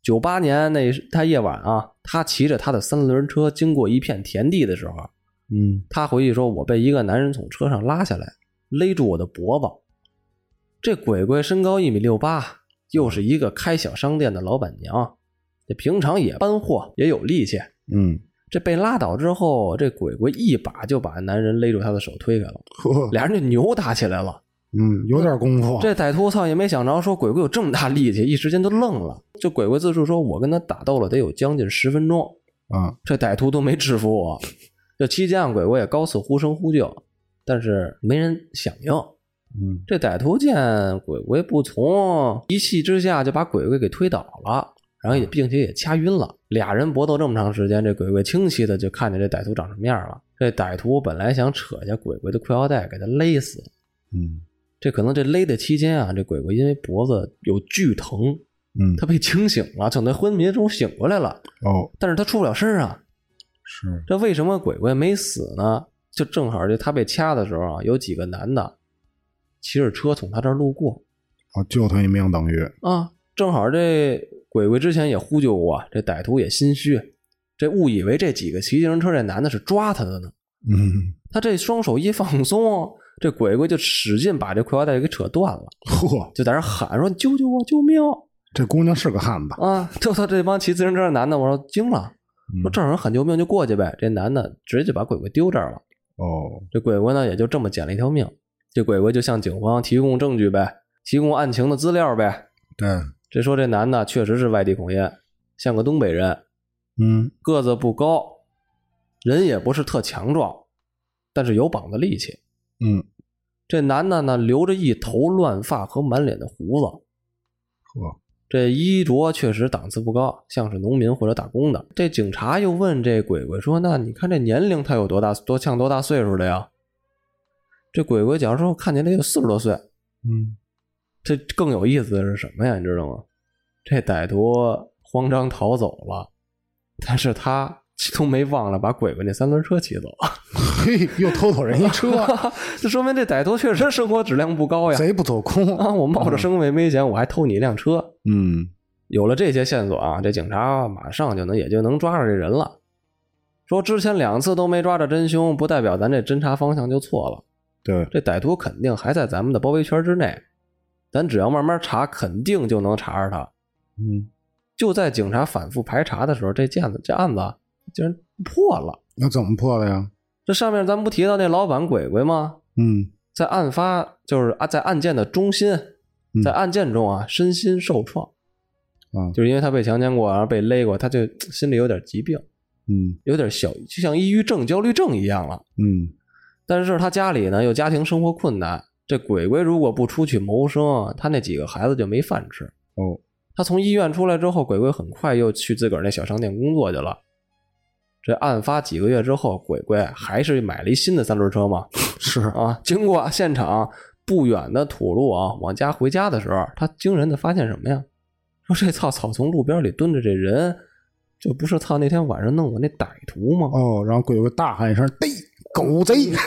Speaker 1: 九八年那他夜晚啊，他骑着他的三轮车经过一片田地的时候，
Speaker 5: 嗯
Speaker 1: 他回忆说：“我被一个男人从车上拉下来，勒住我的脖子。”这鬼鬼身高一米六八，又是一个开小商店的老板娘，这平常也搬货，也有力气。
Speaker 5: 嗯，
Speaker 1: 这被拉倒之后，这鬼鬼一把就把男人勒住他的手推开了，
Speaker 5: 呵，
Speaker 1: 俩人就扭打起来了。
Speaker 5: 嗯，有点功夫，
Speaker 1: 这歹徒操也没想着说鬼鬼有这么大力气，一时间都愣了。这鬼鬼自述说：“我跟他打斗了得有将近十分钟，
Speaker 5: 啊，
Speaker 1: 这歹徒都没制服我。这期间啊，鬼鬼也高次呼声呼救，但是没人响应。
Speaker 5: 嗯
Speaker 1: 这歹徒见鬼鬼不从，一气之下就把鬼鬼给推倒了，然后也并且也掐晕了。俩人搏斗这么长时间，这鬼鬼清晰的就看见这歹徒长什么样了。这歹徒本来想扯下鬼鬼的裤腰带给他勒死，
Speaker 5: 嗯
Speaker 1: 这可能这勒的期间啊，这鬼鬼因为脖子有剧疼，
Speaker 5: 嗯，
Speaker 1: 他被清醒了，从那昏迷中醒过来了，
Speaker 5: 哦，
Speaker 1: 但是他出不了身啊。
Speaker 5: 是，
Speaker 1: 这为什么鬼鬼没死呢？就正好这他被掐的时候啊，有几个男的骑着车从他这儿路过
Speaker 5: 啊，救他一命等于，
Speaker 1: 啊，正好这鬼鬼之前也呼救过，啊这歹徒也心虚，这误以为这几个骑自行车这男的是抓他的呢。
Speaker 5: 嗯，
Speaker 1: 他这双手一放松，这鬼鬼就使劲把这裤腰带给扯断了，
Speaker 5: 嚯，
Speaker 1: 就在那儿喊说：“救救我，救命！”
Speaker 5: 这姑娘是个汉子，
Speaker 1: 啊，就他这帮骑自行车的男的，我说惊了，
Speaker 5: 嗯
Speaker 1: 说正好人喊救命就过去呗。这男的直接就把鬼鬼丢这儿了，
Speaker 5: 哦，
Speaker 1: 这鬼鬼呢也就这么捡了一条命。这鬼鬼就向警方提供证据呗，提供案情的资料呗。
Speaker 5: 对，
Speaker 1: 这说这男的确实是外地孔爷，像个东北人，
Speaker 5: 嗯
Speaker 1: 个子不高，人也不是特强壮，但是有膀子力气。
Speaker 5: 嗯，
Speaker 1: 这男的呢留着一头乱发和满脸的胡子，
Speaker 5: 呵，
Speaker 1: 这衣着确实档次不高，像是农民或者打工的。这警察又问这鬼鬼说：“那你看这年龄他有多大，多像多大岁数的呀？”这鬼鬼假如说看起来有四十多岁，
Speaker 5: 嗯
Speaker 1: 这更有意思的是什么呀？你知道吗？这歹徒慌张逃走了，但是他都没忘了把鬼鬼那三轮车骑走，
Speaker 5: 嘿，又偷走人一车，
Speaker 1: 这说明这歹徒确实生活质量不高呀！
Speaker 5: 贼不走空，
Speaker 1: 啊，我冒着生命危险，我还偷你一辆车，
Speaker 5: 嗯
Speaker 1: 有了这些线索啊，这警察马上就能也就能抓着这人了。说之前两次都没抓着真凶，不代表咱这侦查方向就错了。
Speaker 5: 对，
Speaker 1: 这歹徒肯定还在咱们的包围圈之内，咱只要慢慢查，肯定就能查着他。
Speaker 5: 嗯，
Speaker 1: 就在警察反复排查的时候，这件子这案子竟然破了。
Speaker 5: 那怎么破的呀？
Speaker 1: 这上面咱不提到那老板鬼鬼吗？
Speaker 5: 嗯
Speaker 1: 在案发就是啊，在案件的中心，
Speaker 5: 嗯
Speaker 1: 在案件中啊，身心受创，
Speaker 5: 啊
Speaker 1: 就是因为他被强奸过，然后被勒过，他就心里有点疾病。
Speaker 5: 嗯
Speaker 1: 有点小，就像抑郁症、焦虑症一样了。
Speaker 5: 嗯
Speaker 1: 但是他家里呢又家庭生活困难，这鬼鬼如果不出去谋生，他那几个孩子就没饭吃。
Speaker 5: 哦，
Speaker 1: 他从医院出来之后，鬼鬼很快又去自个儿那小商店工作去了。这案发几个月之后，鬼鬼还是买了一新的三轮车嘛，
Speaker 5: 是，
Speaker 1: 啊，经过现场不远的土路啊，往家回家的时候，他惊人的发现什么呀？说这操草丛路边里蹲着这人，这不是操那天晚上弄我那歹徒吗？
Speaker 5: 哦，然后鬼鬼大喊一声：“逮狗贼
Speaker 1: 啊！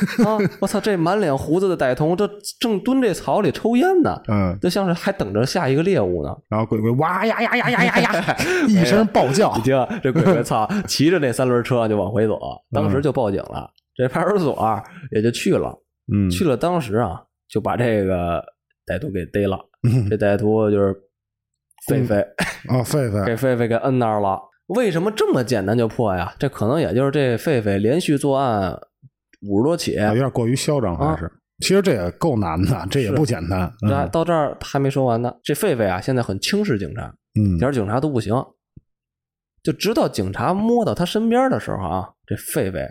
Speaker 1: 我操，这满脸胡子的歹徒，这正蹲这草里抽烟呢！”，
Speaker 5: 嗯，
Speaker 1: 就像是还等着下一个猎物呢。
Speaker 5: 然后鬼鬼哇呀呀呀呀呀呀，
Speaker 1: 哎
Speaker 5: 一声暴叫
Speaker 1: 你，听这鬼鬼操，骑着那三轮车就往回走，当时就报警了。这派出所啊也就去了。
Speaker 5: 嗯，
Speaker 1: 去了，当时啊就把这个歹徒给逮了。
Speaker 5: 嗯
Speaker 1: 这歹徒就是狒狒，
Speaker 5: 啊，狒狒，
Speaker 1: 给狒狒给摁那儿了。为什么这么简单就破呀？这可能也就是这狒狒连续作案五十多起，
Speaker 5: 啊有点过于嚣张，还是。其实这也够难的，这也
Speaker 1: 啊是
Speaker 5: 不简单。嗯
Speaker 1: 那到这儿还没说完呢。这狒狒啊，现在很轻视警察，
Speaker 5: 嗯
Speaker 1: 点儿警察都不行。就直到警察摸到他身边的时候啊，这狒狒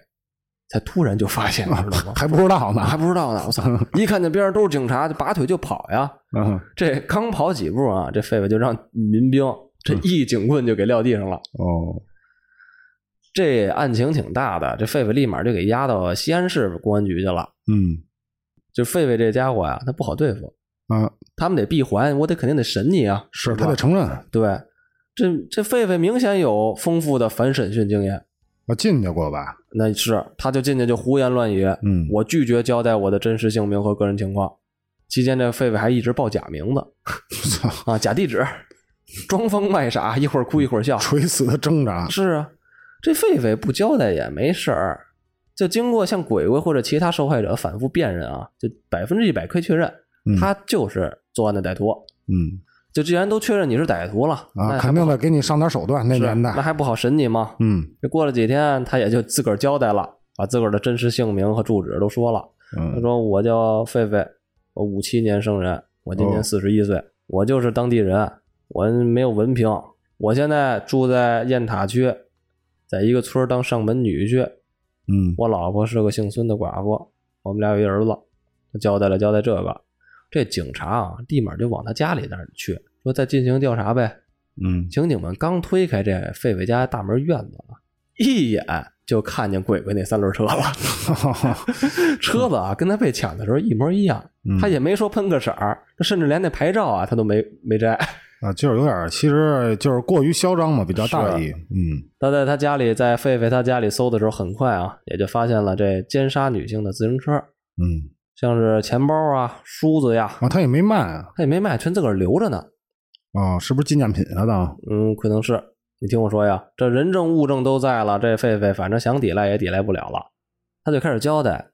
Speaker 1: 才突然就发现，你知道吗？
Speaker 5: 还不知道呢
Speaker 1: 还。不知道呢，我操！一看见边上都是警察，就拔腿就跑呀。
Speaker 5: 嗯，
Speaker 1: 这刚跑几步啊，这狒狒就让民兵
Speaker 5: 嗯
Speaker 1: 这一警棍就给撂地上了。
Speaker 5: 哦，
Speaker 1: 这案情挺大的，这狒狒立马就给押到西安市公安局去了。
Speaker 5: 嗯
Speaker 1: 就狒狒这家伙呀、他不好对付，
Speaker 5: 啊，
Speaker 1: 他们得闭环，我得肯定得审你啊，
Speaker 5: 是
Speaker 1: 吧
Speaker 5: 他得承认啊，
Speaker 1: 对，这这狒狒明显有丰富的反审讯经验，
Speaker 5: 进去过 吧？
Speaker 1: 那是他就进去就胡言乱语，
Speaker 5: 嗯
Speaker 1: 我拒绝交代我的真实姓名和个人情况。期间，这狒狒还一直报假名字
Speaker 5: 操，
Speaker 1: 啊，假地址，装疯卖傻，一会儿哭一会儿笑。
Speaker 5: 垂死的挣扎。
Speaker 1: 是啊，这狒狒不交代也没事儿，就经过像鬼鬼或者其他受害者反复辨认啊，就百分之一百可以确认
Speaker 5: 嗯，
Speaker 1: 他就是作案的歹徒。
Speaker 5: 嗯
Speaker 1: 就既然都确认你是歹徒了
Speaker 5: 啊，
Speaker 1: 那
Speaker 5: 肯定得给你上点手段。那
Speaker 1: 是
Speaker 5: 年
Speaker 1: 那
Speaker 5: 代，
Speaker 1: 还不好审你吗？
Speaker 5: 嗯
Speaker 1: 这过了几天，他也就自个儿交代了，把自个儿的真实姓名和住址都说了。他
Speaker 5: 嗯，
Speaker 1: 说：“我叫狒狒，我五七年生人，我今
Speaker 5: 哦
Speaker 1: 年四十一岁，我就是当地人，我没有文凭，我现在住在雁塔区，在一个村儿当上门女婿。
Speaker 5: 嗯
Speaker 1: 我老婆是个姓孙的寡妇，我们俩有一儿子。”他交代了交代这个，这警察啊，立马就往他家里那儿去，说再进行调查呗。
Speaker 5: 嗯，
Speaker 1: 刑警们刚推开这狒狒家大门院子啊，一眼就看见鬼鬼那三轮车了。 车子啊，跟他被抢的时候一模一样，
Speaker 5: 嗯
Speaker 1: 他也没说喷个色儿，他甚至连那牌照啊他都没没摘。
Speaker 5: 啊，就是有点儿，其实就是过于嚣张嘛，比较大
Speaker 1: 啊
Speaker 5: 意。嗯
Speaker 1: 他在他家里，在狒狒他家里搜的时候，很快啊也就发现了这奸杀女性的自行车，
Speaker 5: 嗯，
Speaker 1: 像是钱包啊、梳子呀，
Speaker 5: 啊，他也没卖啊，
Speaker 1: 他也没卖，全自个儿留着呢。
Speaker 5: 啊，是不是纪念品啊？当
Speaker 1: 嗯，可能是。你听我说呀，这人证物证都在了，这狒狒反正想抵赖也抵赖不了了。他就开始交代，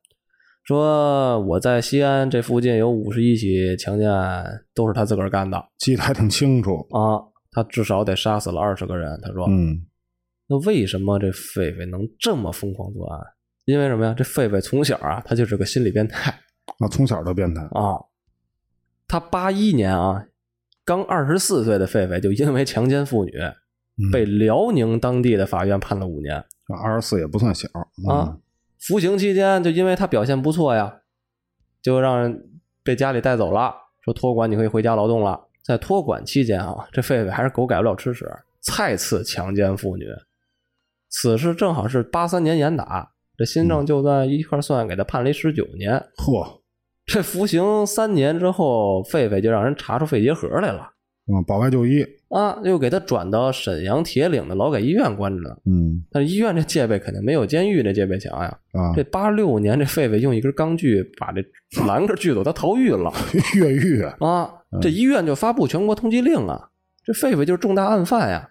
Speaker 1: 说我在西安这附近有五十一起强奸案，都是他自个儿干的
Speaker 5: 记得还挺清楚。
Speaker 1: 啊。他至少得杀死了二十个人。他说，
Speaker 5: 嗯
Speaker 1: 那为什么这狒狒能这么疯狂作案？因为什么呀？这狒狒从小啊，他就是个心理变态
Speaker 5: 啊，从小就变态。
Speaker 1: 啊。他八一年啊，刚二十四岁的狒狒就因为强奸妇女，
Speaker 5: 嗯啊
Speaker 1: 被辽宁当地的法院判了五年
Speaker 5: 二十四也不算小嗯
Speaker 1: 啊。服刑期间，就因为他表现不错呀，就让人被家里带走了，说托管你可以回家劳动了。在托管期间啊，这狒狒还是狗改不了吃屎，再次强奸妇女。此事正好是八三年严打，这新政就算一块算，给他判了一十九年。
Speaker 5: 嚯啊
Speaker 1: 这服刑三年之后，狒狒就让人查出肺结核来了，
Speaker 5: 保外就医。
Speaker 1: 啊，又给他转到沈阳铁岭的劳改医院关着呢。
Speaker 5: 嗯
Speaker 1: 但是医院这戒备肯定没有监狱这戒备强呀。
Speaker 5: 啊
Speaker 1: 这，八六年，这狒狒用一根钢锯把这栏杆锯走，他逃狱了
Speaker 5: 越狱啊
Speaker 1: 啊！这医院就发布全国通缉令啊！这狒狒就是重大案犯呀。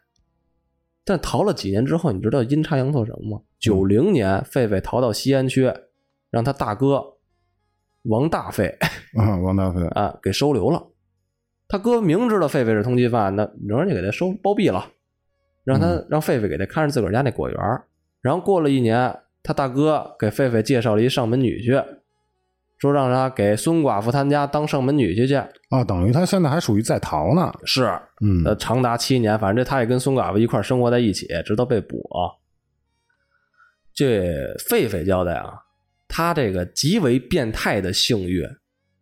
Speaker 1: 但逃了几年之后，你知道阴差阳错什么吗？九零年，狒狒逃到西安区，让他大哥王大狒，
Speaker 5: 王大飞
Speaker 1: 啊给收留了。他哥明知道狒狒是通缉犯，那仍然就给他收包庇了，让他让狒狒给他看着自个儿家那果园儿然后过了一年，他大哥给狒狒介绍了一上门女婿，说让他给孙寡妇他们家当上门女婿去。
Speaker 5: 啊，等于他现在还属于在逃呢。
Speaker 1: 是，
Speaker 5: 嗯
Speaker 1: 呃，长达七年，反正这他也跟孙寡妇一块儿生活在一起，直到被捕啊。这狒狒交代啊，他这个极为变态的性欲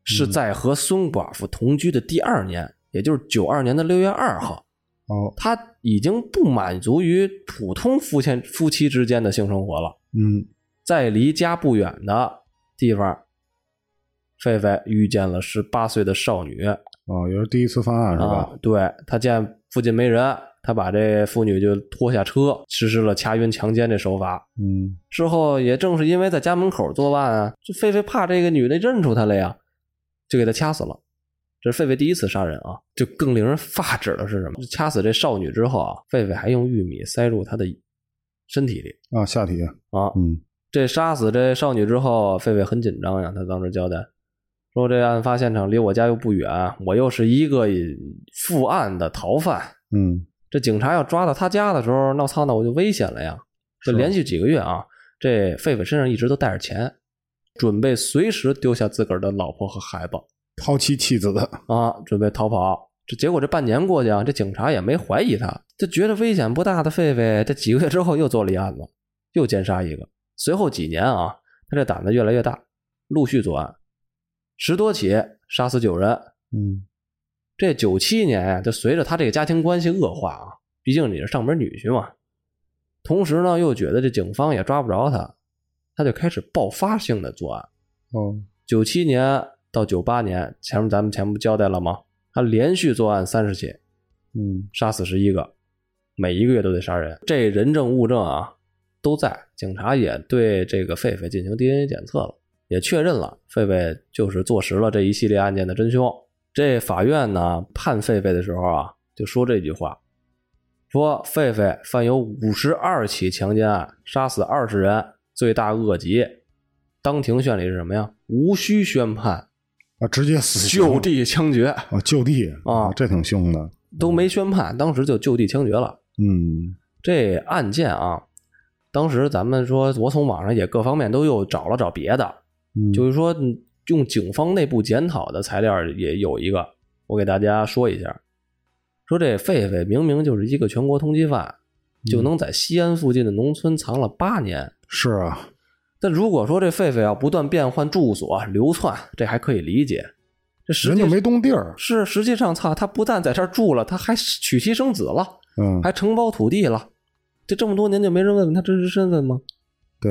Speaker 1: 是在和孙寡妇同居的第二年，也就是九二年的六月二号，
Speaker 5: 哦
Speaker 1: 他已经不满足于普通夫妻夫妻之间的性生活了，
Speaker 5: 嗯
Speaker 1: 在离家不远的地方，狒狒遇见了十八岁的少女，
Speaker 5: 哦，也是第一次犯案是
Speaker 1: 啊
Speaker 5: 吧？，
Speaker 1: 对他见附近没人，他把这妇女就拖下车，实施了掐晕、强奸这手法。
Speaker 5: 嗯
Speaker 1: 之后也正是因为在家门口作案啊，这狒狒怕这个女的认出他来呀，就给他掐死了。这是狒狒第一次杀人啊，就更令人发指的是什么？掐死这少女之后啊，狒狒还用玉米塞入她的身体里
Speaker 5: 啊，下体
Speaker 1: 啊，
Speaker 5: 嗯
Speaker 1: 这杀死这少女之后，狒狒很紧张呀。他当时交代说，这案发现场离我家又不远，我又是一个负案的逃犯，
Speaker 5: 嗯，
Speaker 1: 这警察要抓到他家的时候，那操，那我就危险了呀。这
Speaker 5: 是
Speaker 1: 连续几个月啊，这狒狒身上一直都带着钱，准备随时丢下自个儿的老婆和孩子
Speaker 5: 抛妻弃子的，
Speaker 1: 啊，准备逃跑。这结果这半年过去啊，这警察也没怀疑他，就觉得危险不大的狒狒，这几个月之后又做了一案子，又奸杀一个。随后几年啊，他这胆子越来越大，陆续作案，十多起，杀死九人，
Speaker 5: 嗯，
Speaker 1: 这九七年呀，就随着他这个家庭关系恶化啊，毕竟你是上门女婿嘛。同时呢，又觉得这警方也抓不着他，他就开始爆发性的作案。
Speaker 5: 哦，
Speaker 1: 九七年到九八年，前面咱们前面不交代了吗？他连续作案三十起，
Speaker 5: 嗯，
Speaker 1: 杀死十一个，每一个月都得杀人。这人证物证啊都在，警察也对这个狒狒进行 DNA 检测了，也确认了狒狒就是坐实了这一系列案件的真凶。这法院呢判狒狒的时候啊，就说这句话，说狒狒犯有五十二起强奸案，杀死二十人，罪大恶极。当庭宣理是什么呀？无需宣判，
Speaker 5: 啊，直接死刑
Speaker 1: 就地枪决，
Speaker 5: 啊，就地
Speaker 1: 啊
Speaker 5: 这挺凶的，
Speaker 1: 都没宣判，当时就就地枪决了。
Speaker 5: 嗯，
Speaker 1: 这案件啊，当时咱们说，我从网上也各方面都又找了找别的，
Speaker 5: 嗯
Speaker 1: 就是说嗯用警方内部检讨的材料也有一个，我给大家说一下，说这狒狒明明就是一个全国通缉犯，就能在西安附近的农村藏了八年。
Speaker 5: 是啊，
Speaker 1: 但如果说这狒狒要不断变换住所啊流窜，这还可以理解。这实
Speaker 5: 人
Speaker 1: 际
Speaker 5: 就没动地儿，
Speaker 1: 是实际上，操，他不但在这儿住了，他还娶妻生子了。
Speaker 5: 嗯，
Speaker 1: 还承包土地了，这这么多年就没人问问他真实身份吗？
Speaker 5: 对，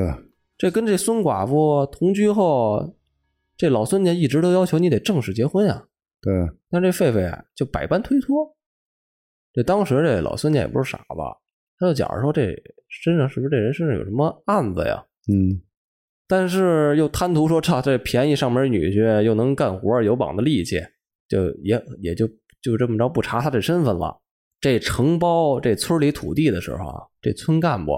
Speaker 1: 这跟这孙寡妇同居后，这老孙家一直都要求你得正式结婚呀、
Speaker 5: 对，
Speaker 1: 但这狒狒啊就百般推脱。这当时这老孙家也不是傻子，他就觉着说这身上是不是这人身上有什么案子呀？
Speaker 5: 嗯，
Speaker 1: 但是又贪图说操这便宜上门女婿，又能干活，有膀子力气，就也也就就这么着不查他这身份了。这承包这村里土地的时候啊，这村干部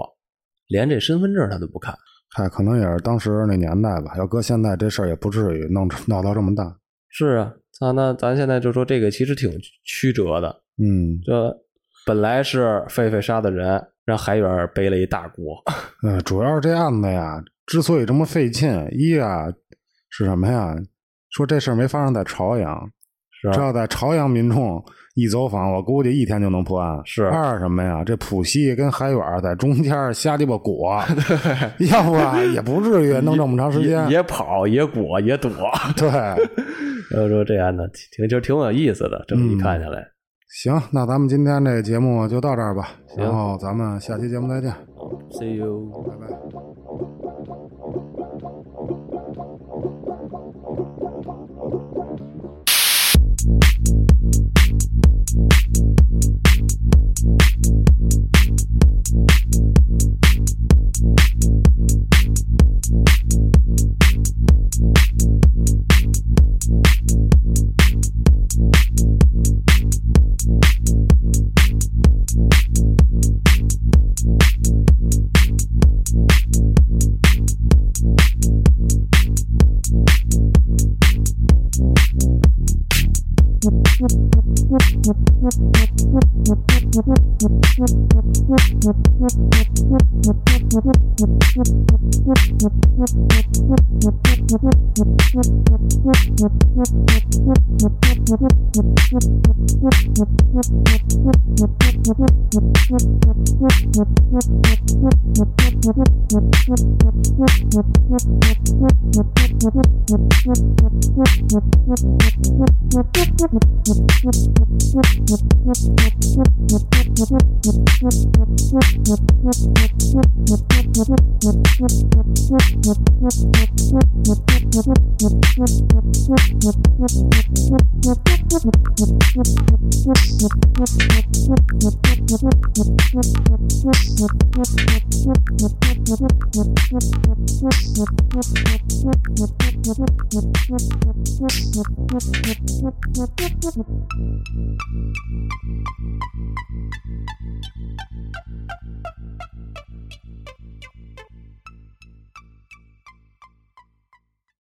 Speaker 1: 连这身份证他都不看。
Speaker 5: 嗨，哎可能也是当时那年代吧，要搁现在这事儿也不至于弄闹到这么大，
Speaker 1: 是啊，那那咱现在就说这个其实挺曲折的。
Speaker 5: 嗯，
Speaker 1: 这本来是狒狒杀的人，让海远背了一大锅。
Speaker 5: 呃，主要是这案子呀，之所以这么费劲，一啊是什么呀？说这事儿没发生在朝阳，
Speaker 1: 是
Speaker 5: 这
Speaker 1: 啊，
Speaker 5: 要在朝阳民众一走访，我估计一天就能破案。
Speaker 1: 是
Speaker 5: 二什么呀？这浦西跟海远在中间瞎鸡巴 裹，要不啊也不至于弄这么长时间。
Speaker 1: 也也跑也裹也躲。
Speaker 5: 对，
Speaker 1: 所以说这案子挺就挺有意思的，这么
Speaker 5: 嗯
Speaker 1: 一看下来。
Speaker 5: 行，那咱们今天这节目就到这儿吧，
Speaker 1: 行
Speaker 5: 然后咱们下期节目再见，
Speaker 1: See you。
Speaker 5: 拜拜。